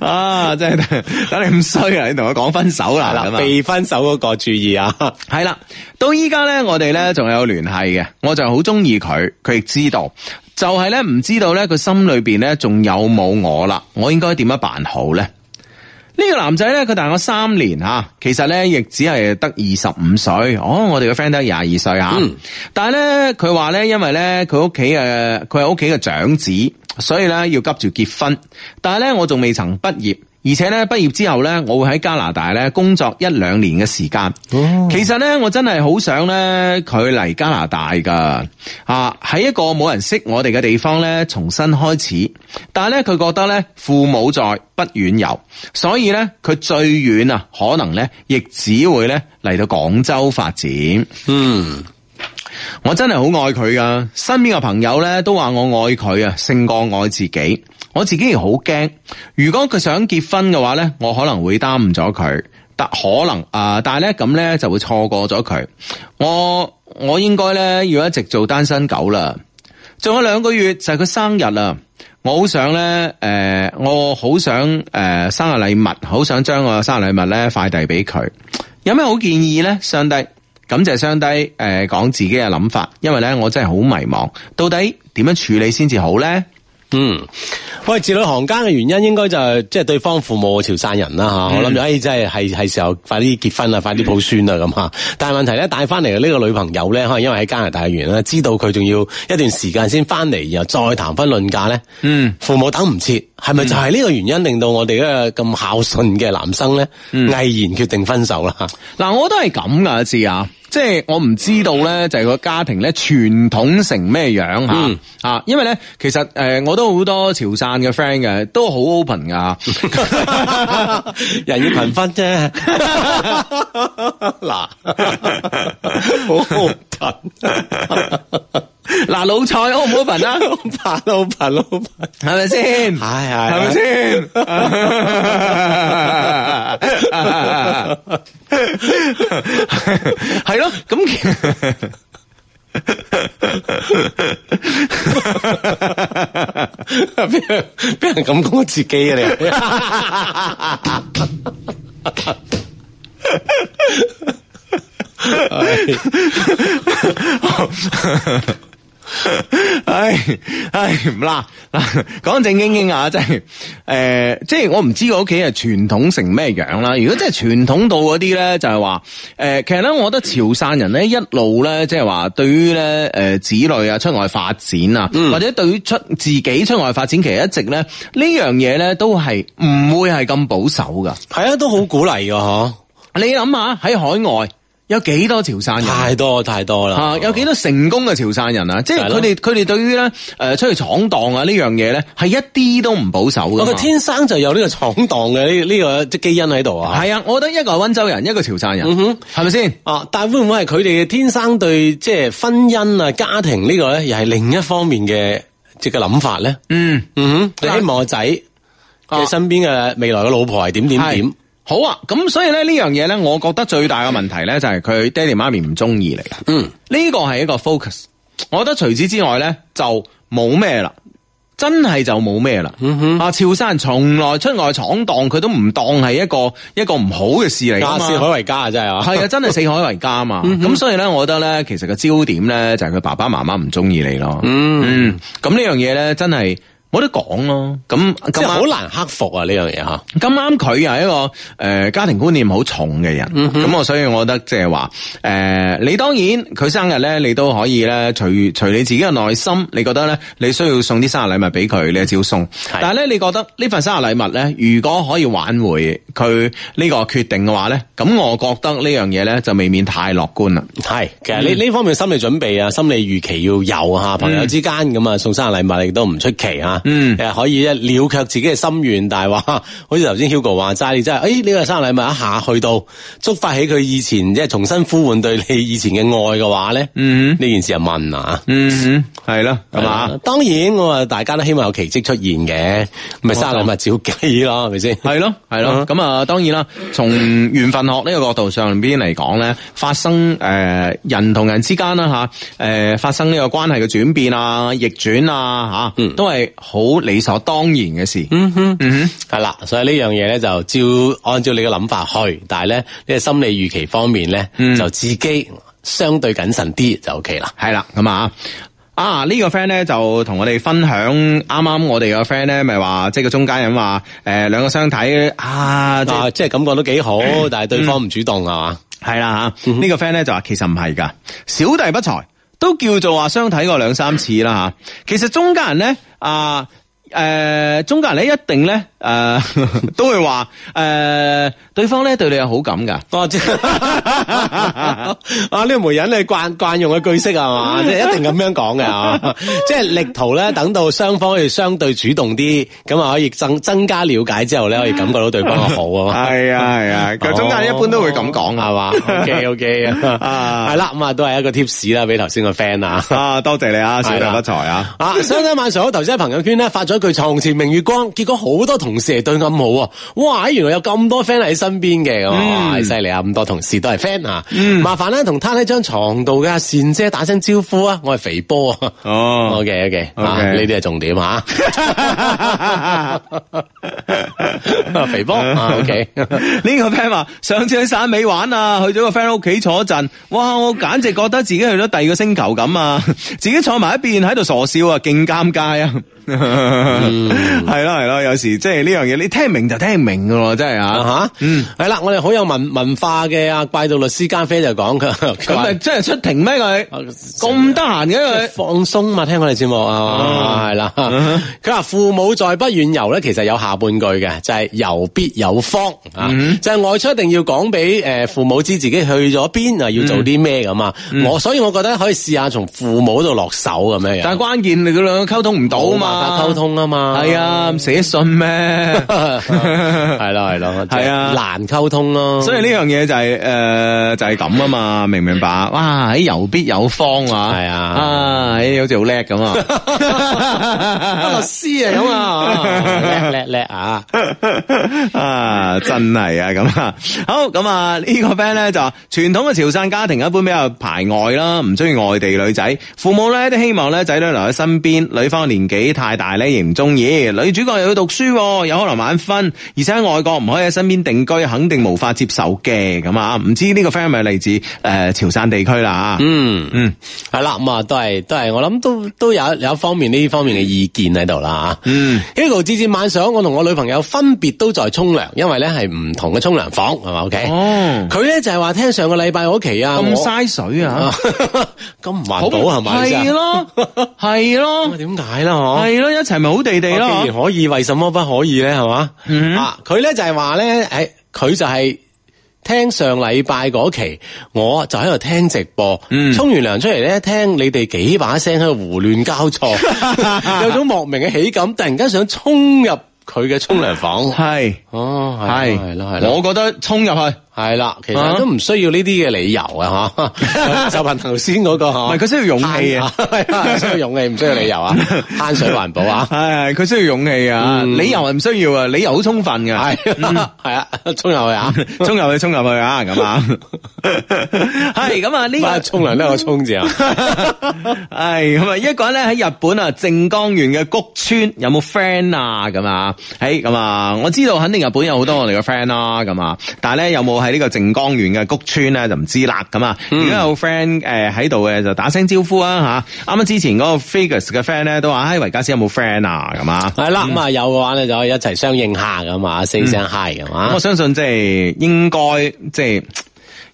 啊！真係等你咁衰啊！你同我講分手啦，咁啊
被分手嗰個注意啊！
係啦，到依家咧，我哋咧仲有聯繫嘅，我就好中意佢，佢亦知道，就係咧唔知道咧佢心裏邊咧仲有冇我啦，我應該點樣辦好咧？呢個男仔咧，佢大我三年吓，其實咧亦只係得二十五歲。哦，我哋個 friend 得廿二歲吓，但係咧佢話咧，因為咧佢屋企嘅佢係屋企嘅長子，所以咧要急住結婚。但係咧我仲未曾畢業，而且咧畢業之後咧，我會喺加拿大咧工作一兩年嘅時間。其實咧我真係好想咧佢嚟加拿大㗎啊！喺一個冇人識我哋嘅地方咧，重新開始。但係咧佢覺得咧父母在不遠遊。所以咧，佢最遠啊，可能咧，亦只會咧嚟到廣州發展。
嗯，
我真係好愛佢噶，身邊嘅朋友咧都話我愛佢啊，勝過愛自己。我自己亦好驚，如果佢想結婚嘅話咧，我可能會耽誤咗佢，但可能啊、但係咧咁咧就會錯過咗佢。我我應該咧要一直做單身狗啦。仲有兩個月就係佢生日啦。我好想咧，誒、我好想誒、呃生日禮物，好想將我嘅生日禮物咧快遞俾佢。有咩好建議咧？上帝，感謝上帝誒、呃、講自己嘅諗法，因為咧我真係好迷茫，到底點樣處理先至好咧？
嗯，喂，字裏行間嘅原因應該就係即係對方父母潮汕人啦吓，我諗住哎誒，即係係係時候快啲結婚啦，啊快啲抱孫啦咁吓。但係問題咧，帶翻嚟嘅呢個女朋友咧，可能因為喺加拿大嘅原因啦，知道佢仲要一段時間先翻嚟，然後再談婚論嫁咧，嗯，父母等唔切，係咪就係呢個原因令到我哋呢個咁孝順嘅男生咧，毅然決定分手啦？
嗱，我都系咁噶，知啊。即係我唔知道咧，就係個家庭咧傳統成咩樣吓
嗯
啊！因為咧，其實誒、呃我都好多潮汕嘅 friend 嘅，都好 open 噶。
人要貧婚 啫，嗱， 好貧。
嗱，老蔡 open 唔 open 啊？
拍老拍老 拍，
係咪
係
先？係咪
係係
先？係咯，咁其
俾人 俾人咁講自己啊你？
唉唉唔啦嗱，講正經經啊，真係誒，即係我唔知佢屋企係傳統成咩樣啦。如果真係傳統到嗰啲咧，就係話誒，其實咧，我覺得潮汕人咧一路咧，即係話對於咧誒子女啊出外發展啊，或者對於出自己出外發展，其實一直咧呢樣嘢咧都係唔會係咁保守噶。
係啊，都好鼓勵
嗯
噶
你諗下喺海外有幾多潮汕
嗬，
人啊？
太多太多啦
啊，，有幾多成功嘅潮汕人啊？即係
係
佢
咯
哋佢哋對於咧誒出去闖蕩啊呢樣嘢咧，係一啲都唔保守
我
嘅。
佢天生就哦有呢個闖蕩嘅呢呢個即係基因喺度啊。
係啊，我覺得一個係温州人，一個潮汕人，
嗯
係咪先？
啊！但會唔會係佢哋天生對即係婚姻啊、家庭呢個咧，又係另一方面嘅即係嘅諗法咧？
嗯，
嗯哼，你希望個仔
啊
嘅身邊嘅未來嘅老婆係點點點
係？好啊，咁所以咧呢樣嘢咧，我覺得最大嘅問題咧就係佢爹哋媽咪唔中意你。嗯，呢個係一個 focus。我覺得除此之外咧就冇咩啦。真係就冇咩啦，啊！潮汕人從來出外闖蕩，佢都唔當係一個一個唔好嘅事嚟㗎
家
嘛。
是海為家啊，真係啊！
系啊，真係四海為家 嘛。咁所以咧，我覺得咧，其實個焦點咧就係佢爸爸媽媽唔中意你咯。嗯，咁呢樣嘢咧真係冇得講咯。咁
即
咁
係好
啱，
難克服啊呢樣嘢吓。
咁啱佢又係一個诶、呃家庭觀念好重嘅人。咁我、所以我覺得即係話诶，呃你當然佢生日咧，你都可以咧隨隨你自己嘅內心，你覺得咧你需要送啲生日禮物俾佢，你就照送。但係咧，你覺得呢份生日禮物咧，如果可以挽回佢呢個決定嘅話咧，咁我覺得呢樣嘢咧就未免太樂觀啦。
系，其實呢
嗯
呢方面心理準備啊、心理預期要有吓，朋友之間咁啊，送生日禮物亦都唔出奇吓。
嗯
誒可以一了卻自己嘅心願，但係話， 好似頭先 Hugo 話齋，你真係，哎誒呢個生日禮物一下去到觸發起佢以前即係重新呼喚對你以前嘅愛嘅話咧，
嗯
呢件事就問啊。
嗯，係啦，係啊嘛，？
當然我話大家都希望有奇蹟出現嘅，咪生日禮物照計咯，係咪先？
係咯，係咯。咁啊，當然啦，從緣分學呢個角度上邊嚟講咧，發生誒、呃人同人之間啦吓，誒、發生呢個關係嘅轉變啊、逆轉啊吓，都係好理所當然嘅事。嗯哼，嗯
係啦，啊所以呢樣嘢咧就照按照你嘅諗法去，但係咧呢個心理預期方面咧、就自己相對謹慎啲就 OK 啦。
哼，係啦，咁啊。啊！呢、個 friend 咧就同我哋分享，啱啱我哋個 friend 咧咪話，即係個中間人話，誒、兩個相睇啊，即係
啊，即係感嗯覺都幾好，但係對方唔主動啊係嘛？嗯
系嗯啦吓，呢、個 friend 咧就話其實唔係㗎，小弟不才，都叫做話相睇過兩三次啦吓。其實中間人咧啊。誒、中間人咧一定咧誒、都會話誒、 對方咧對你有好感㗎，
哦，即係啊！呢個媒人你慣慣用嘅句式啊係 嘛，即係一定咁樣講嘅啊！ 即係力圖咧，等到雙方可以相對主動啲，咁啊可以增增加了解之後咧，可以感覺到對方嘅好啊 嘛。
係啊係
哦
啊，佢中間人一般都會咁
係
講
嘛
係嘛。
？OK OK 啊 啊，係啦，咁啊都係一個 tips 啦，俾頭先個 friend 啊。
啊，多謝你啊，小弟不才啊！
啊！ 相睇晚上好，頭先喺朋友圈咧發咗一句床前明月光，結果好多同事嚟對暗號啊！哇！原來有咁多 friend 喺身邊嘅，咁啊
嗯
哇！犀利啊！咁多同事都係 friend 啊！麻煩咧同攤喺張床度嘅阿善姐打聲招呼啊！我係肥波啊！
哦
OK OK，啊
OK
呢啲係重點 啊！肥波啊，OK
呢個 friend 話上次去汕尾玩啊，去咗個 friend 屋企坐一陣，哇！我簡直覺得自己去咗第二個星球咁啊，自己坐埋一邊喺度傻笑啊，勁尷尬啊！
嗯
係咯係咯，有時即係呢樣嘢，你聽明就聽明噶咯，真係
啊
啊。
吓，嗯，系啦，我哋好有文文化嘅阿怪盜律師間啡就講佢，佢
咁
話
咪真係出庭咩佢？
啊
咁得閒嘅佢。
放鬆嘛，聽我哋節目
嗯
啊，係啦，佢話父母在不遠遊咧，其實有下半句嘅，就係遊必有方啊，
嗯
就係外出一定要講俾诶父母知自己去咗邊啊，要做啲咩咁啊，
嗯
我所以我覺得可以試下從父母度落手咁樣
但係
樣，
關鍵你佢兩個溝通唔到啊
冇辦
嘛，
法溝通啊嘛，
係啊，唔寫 信咩？
係咯係咯，
係啊
難溝通咯，
所以呢樣嘢就係呃就係咁啊嘛，明唔明白？哇，喺有必有方啊，
係啊
啊，哎好似好叻咁
啊律
啊，
師嚟咁啊，叻叻叻啊！
啊，真係啊，咁啊，好咁啊，呢個 friend 咧就話傳統嘅潮汕家庭一啊般比較排外啦，唔中意外地女仔，父母咧都希望咧仔女留喺身邊，女方年紀太大咧亦唔中意，女主角又要讀書喎，有可能晚婚，而且喺外國唔可以喺身邊定居，肯定無法接受嘅，咁啊，唔知呢個 friend 係咪嚟自誒潮汕地區啦啊？
嗯，
嗯
嗯，系啦，咁啊，都系都系，我諗都都有有一方面呢方面嘅意見喺度啦。嗯，Hugo 之前晚上我同我女朋友分別都在沖涼，因為咧係唔同嘅沖涼房，係嘛？OK，
哦
佢咧就係話聽上個禮拜嗰期啊，
咁
我
嘥水啊！
咁唔環保係咪啊先？
係咯，係咯
咁啊，點解啦？嗬？
係咯，一齊咪好地地
我
咯
哦既。然可以，為什麼不可以咧？係嘛？
嗯
啊，佢咧就係話咧，诶，佢就係聽上禮拜嗰期，我就喺度聽直播，
嗯
沖完涼出嚟咧，聽你哋幾把聲喺度胡亂交 錯，有種莫名嘅喜感，突然間想衝入佢嘅沖涼 房。
係。
哦，係
系
係咯，係咯，
我覺得衝入去，唔
係啦，其
啊
實都唔需要呢啲嘅理由啊， 吓，就憑頭先嗰個，唔
係佢需要勇 氣啊，
需要勇氣，唔需要理由啊，慳水環保啊
系。佢需要勇氣啊，
嗯
理由係唔需要啊，理由好充分嘅，
系系啊，冲入去啊，
冲入 去，衝入去啊，咁 啊，係咁啊，呢
翻
個
去冲凉都有個冲字啊，
嗯系咁啊！一個人咧喺日本啊靜岡縣嘅谷村有冇 friend 啊？咁啊，喺咁啊，我知道肯定日本有好多我哋嘅 friend 啦，咁啊，但係咧有冇喺呢個靜岡縣嘅谷村咧就唔知啦，咁啊，
嗯
如果有 friend 誒喺度嘅就打聲招呼啊吓，啱啱之前嗰個 Figures 嘅 friend 咧都話：，唉，維加斯有冇 friend 啊？咁啊。
系啦，咁啊有嘅话咧就可以一齊相應下咁啊，say 聲 hi 咁
咁
啊
我，相信即係應該，即係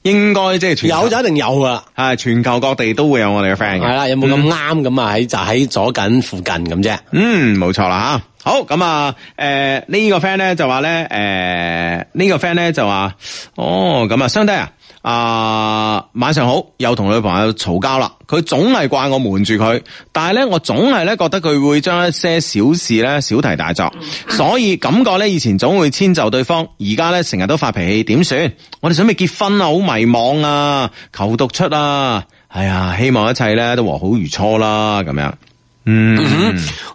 應該即係全球
有就一定有噶啦，
係全球各地都會有我哋嘅 friend
系
嘅。
啦，有冇咁啱咁啊？喺就喺左近附近咁啫，
嗯，冇錯啦吓。好咁啊，诶、呢、個 friend 咧就話咧，诶、呢、個 friend 咧就話，哦咁啊，相低啊，啊晚上好，又同女朋友嘈交啦，佢總係怪我瞞住佢，但係咧我總係咧覺得佢會將一些小事咧小題大作，所以感覺咧以前總會遷就對方，而家咧成日都發脾氣，點算？我哋準備結婚啊，好迷茫啊，求讀出啊，哎呀，希望一切咧都和好如初啦，咁樣。嗯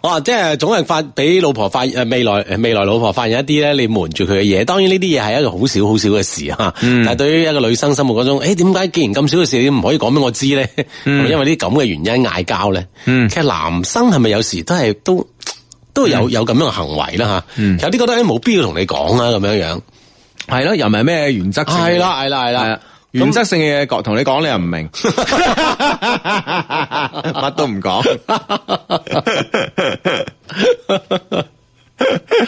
哇！哦即係總係發俾老婆發诶未來誒未來老婆發現一啲咧你瞞住佢嘅嘢，當然呢啲嘢係一個好少好少嘅事吓，但係對於一個女生心目嗰種，诶點解既然咁少嘅事你唔可以講俾我知咧？係咪因為啲咁嘅原因嗌交咧，其實男生係咪有時都係都都有有咁樣嘅行為啦吓？有啲覺得誒冇必要同你講啊啦咁樣樣，
系咯，又唔系咩原則性嘅嘢？
係啦係啦係
係
啦
啊。原則性嘅嘢講，同你講你又唔明， 乜都唔講。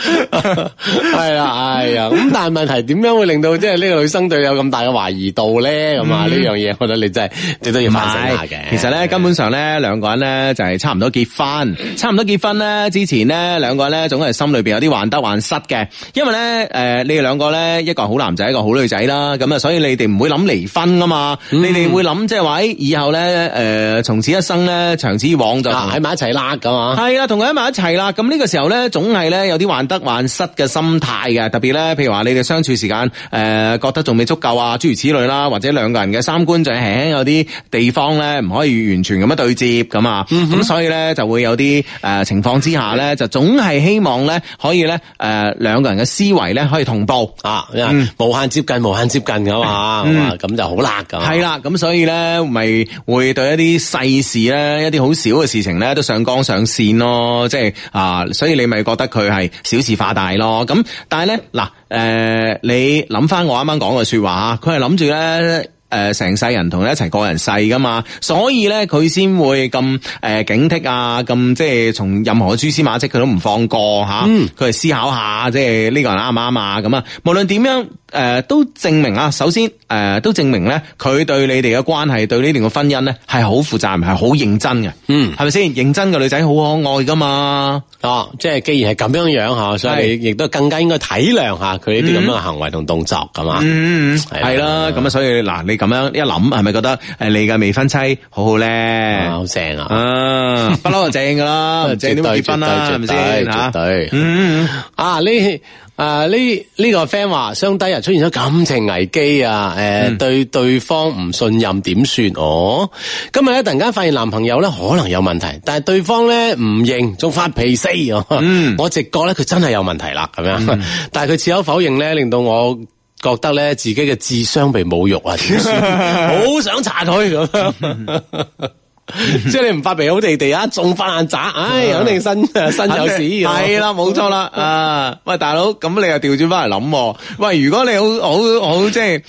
系啦，哎呀，咁但系问题點樣會令到即係呢個女生對你有咁大嘅懷疑度咧？咁啊，呢樣嘢我覺得你真係你都要
唔
反省下
係
嘅。
嗯其實咧，根本上咧，兩個人咧就係差唔多結婚，差唔多結婚咧之前咧，兩個人咧總係心裏邊有啲患得患失嘅，因為咧誒、呃你哋兩個咧一個係好男仔，一個係好女仔啦，咁啊，所以你哋唔會諗離婚噶嘛，你哋會諗即係話，誒以後咧誒、呃、從此一生咧，長此以往就同
啊喺埋一齊啦，咁啊。
系啦，同佢喺埋一齊啦。咁呢個時候咧，總係咧有啲患得患失嘅心態嘅，特別咧，譬如話你哋相處時間，诶、覺得仲未足夠啊，諸如此類啦，或者兩個人嘅三觀就輕輕有啲地方咧，唔可以完全咁樣對接咁啊。咁、所以咧就會有啲诶、呃情況之下咧，就總係希望咧可以咧诶两个人嘅思維咧可以同步。
啊，因為無限接近，無限接近噶嘛，咁啊咁就好辣噶。
系啦，咁所以咧，咪會對一啲世事咧，一啲好少嘅事情咧，都上纲上線咯，即係啊，所以你咪覺得佢係小事化大咯。啊咁但係咧，嗱，诶、你諗翻我啱啱講嘅说話，佢係諗住咧。诶成世人同你一齊過人世噶嘛，所以咧佢先會咁诶警惕啊，咁即係從任何蛛絲馬跡啊佢都唔放過吓，啊
嗯
佢係思考下即係呢個人啱唔啱啊咁啊，無論點樣。誒、都證明啊，首先誒、都證明咧，佢對你哋嘅關係，對呢段嘅婚姻咧係好負責任，係好認真嘅，
嗯
係咪先？認真嘅女仔好可愛噶嘛，啊
哦，即系既然系咁样样吓，所以你亦都更加应该体谅下佢呢啲咁样嘅行为同动作噶嘛。
嗯，
係啦
係啦，咁啊，所以嗱，你咁樣一諗，係咪覺得誒你嘅未婚妻好好咧
啊？好正啊！
啊，不嬲就正噶啦，正點會結婚啦，係
絕
咪
對
先
絕
嚇？
對絕對
嗯，
啊！呢啊呢呢个 friend 话，相低啊人出現咗感情危機啊！诶、對對方唔信任點算？哦，今日咧突然間發現男朋友咧可能有問題，但係對方咧唔認，仲發脾氣啊！ 我直覺咧佢真係有問題啦，咁樣， 但係佢矢口否認咧，令到我。覺得咧自己嘅智商被侮辱啊，點算？好想查佢咁樣， 即係你唔發脾氣好地地啊，仲發爛渣，唉，肯定身身有屎咁樣
系啊啦，冇錯 啦。啊，喂，大佬，咁你又調轉翻嚟諗喎，喂，如果你好好好即係
咁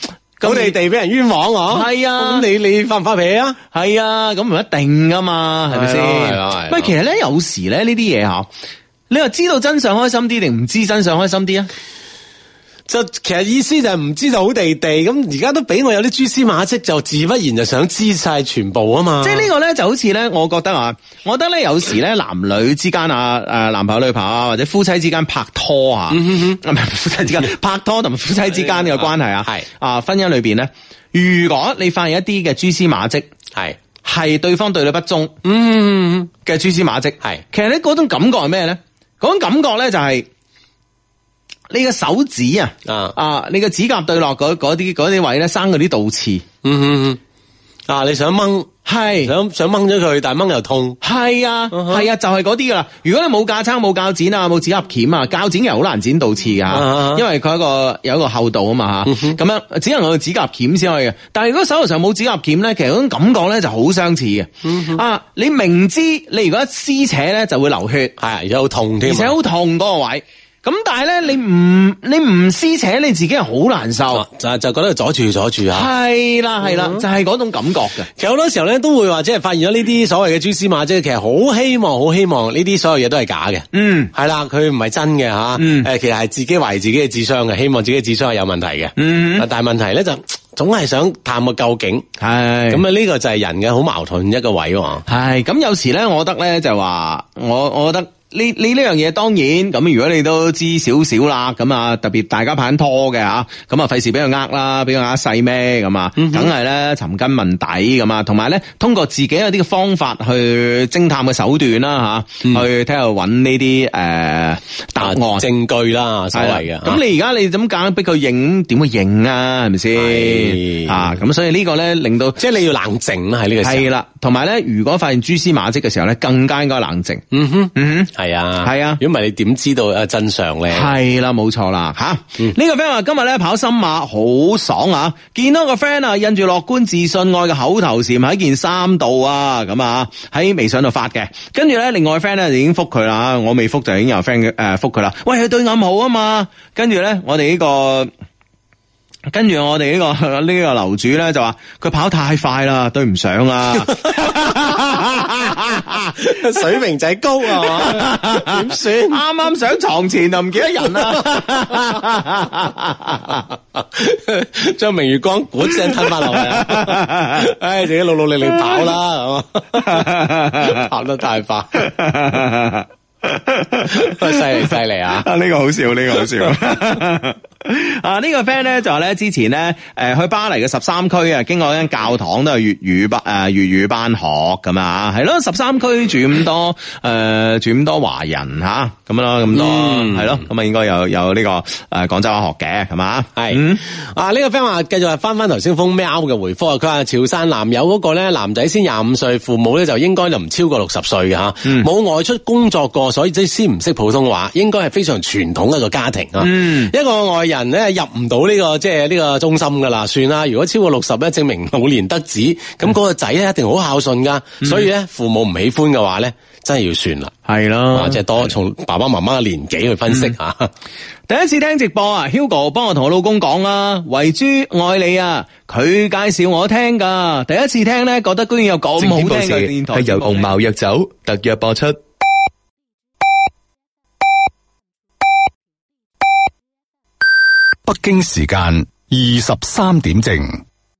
咁
你
你。
哋俾人冤枉我，
係啊
咁你你發唔發脾氣啊？
系啊，咁唔一定噶嘛，系咪先？
係咯係咯係咯
喂，其實咧有時咧呢啲嘢吓，你話知道真相開心啲定唔知真相開心啲啊？
就其實意思就係唔知就好地地，咁而家都俾我有啲蛛絲馬跡，就自不然就想知晒全部啊嘛。
即係呢個咧就好似咧，我覺得啊，我覺得咧有時咧男女之間啊，诶男朋友女朋友啊，或者夫妻之間拍拖啊，
嗯
啊唔係夫妻之間 拍拖同埋夫妻之間嘅關係啊，
係
啊婚姻裏边咧，如果你發現一啲嘅蛛絲馬跡，
係
係對方對你不忠
嗯
嘅蛛絲馬跡，
係
其實咧嗰種感覺係咩咧？嗰種感覺咧就係你嘅手指啊。
啊
啊，你個指甲對落嗰嗰啲嗰啲位咧，生嗰啲倒刺，
嗯嗯嗯啊！你想掹
係
想想掹咗佢，但係掹又痛。
係啊，
嗯哼
係啊，就係嗰啲噶啦。如果你冇架撐、冇铰剪啊、冇指甲鉗啊，铰剪又好難剪倒刺
啊嗯哈
噶
哈，
因為佢有一個有一個厚度啊嘛吓，咁樣只能用指甲鉗先可以嘅。但係如果手頭上冇指甲鉗咧，其實嗰種感覺咧就好相似
嗯
嘅。啊，你明知你如果一撕扯咧就會流血，
係而且好痛
而
添啊，
且好痛嗰個位。咁但係咧，你唔你唔撕扯你自己係好難受
啊。就就覺得阻住阻住啊。
係啦係啦，就係嗰種感覺嘅。
其實好多時候咧都會話，即係發現咗呢啲所謂嘅蛛絲馬跡，其實好希望好希望呢啲所有嘢都係假嘅。
嗯。
系啦，佢唔係真嘅吓，
嗯
誒其實係自己懷疑自己嘅智商嘅，希望自己嘅智商係有問題嘅。
嗯
但係問題咧就總係想探個究竟，
系咁
咁啊呢個就係人嘅好矛盾一個位喎。
啊，系咁有時咧，我覺得咧就話，我我覺得呢呢呢樣嘢當然咁，如果你都知少少啦，咁啊特別大家拍緊拖嘅吓，咁啊費事俾佢呃啦，俾佢呃細咩咁啊，
嗯
梗係咧尋根問底咁啊，同埋咧通過自己有啲嘅方法去偵探嘅手段啦吓，去睇下揾呢啲诶答
嗯啊
案。
證據啦，所謂嘅。啊
咁你而家你咁揀逼佢認，點會認啊？係咪先
係
啊？咁所以呢個咧令到
啊即係你要冷靜啦，喺呢個時
系
候。
啦，同埋咧，如果發現蛛絲馬跡嘅時候咧，更加應該冷靜。
嗯哼，
嗯
係啊，
係啊
如果唔係你點知道啊真相咧？
係啦，冇錯啦，嗯吓、呢、個 friend 話今日咧跑深馬好爽啊！見到個 friend 啊，印住樂觀自信愛嘅口頭禪喺件衫度啊，咁啊喺微信度發嘅。跟住咧，另外 friend 咧就已經覆佢啦，我未覆就已經有 friend 誒覆佢啦。喂，佢對暗號啊嘛，跟住咧我哋呢、個。跟住我哋呢、個 呢、個樓主咧就話佢跑太快啦，對唔上啊！
水平就係高啊，係嘛點算？
啱啱上床前就唔記得人啊啦。
將明月光管聲吞翻落去 啊！唉，自己努努力力跑啦，係嘛？跑得太 快。喂犀利犀利啊！
啊！呢、個好笑，呢、個好笑。 啊！呢、個 friend 咧就話咧，之前咧誒、去巴黎嘅十三區啊，經過一間教堂都係粵語班誒、粵語班學咁啊，係咯，十三區住咁多誒、住咁多華人吓，咁啦，咁多係咯，咁啊應該有有呢、個誒、廣州話學嘅係嘛？
系、
嗯
啊，呢、個 friend 話繼續係翻翻頭先封喵嘅回覆啊，佢話潮汕男友
嗯
嗰個咧男仔先廿五歲，父母咧就應該就唔超過六十歲嘅吓，冇、外出工作過，所以即係先唔識普通話，應該係非常傳統一個家庭啊。
嗯
一個外人咧入唔到呢個即係呢個中心噶啦，算啦。如果超過六十咧，證明老年得子，咁
嗯
嗰個仔咧一定好孝順噶。所以咧，父母唔喜歡嘅話咧，真係要算啦。
系
啊，
啦，
即係多從爸爸媽媽嘅年紀去分析
嗯
啊吓。
第一次聽直播啊，Hugo 幫我同我老公講啦，維珠愛你啊，佢介紹我聽噶，啊第一次聽咧，覺得居然有咁
正
好
點報
聽嘅
時
電台
係由
節目
紅
呢
茅藥酒特約播出。
北京時間二十三點正。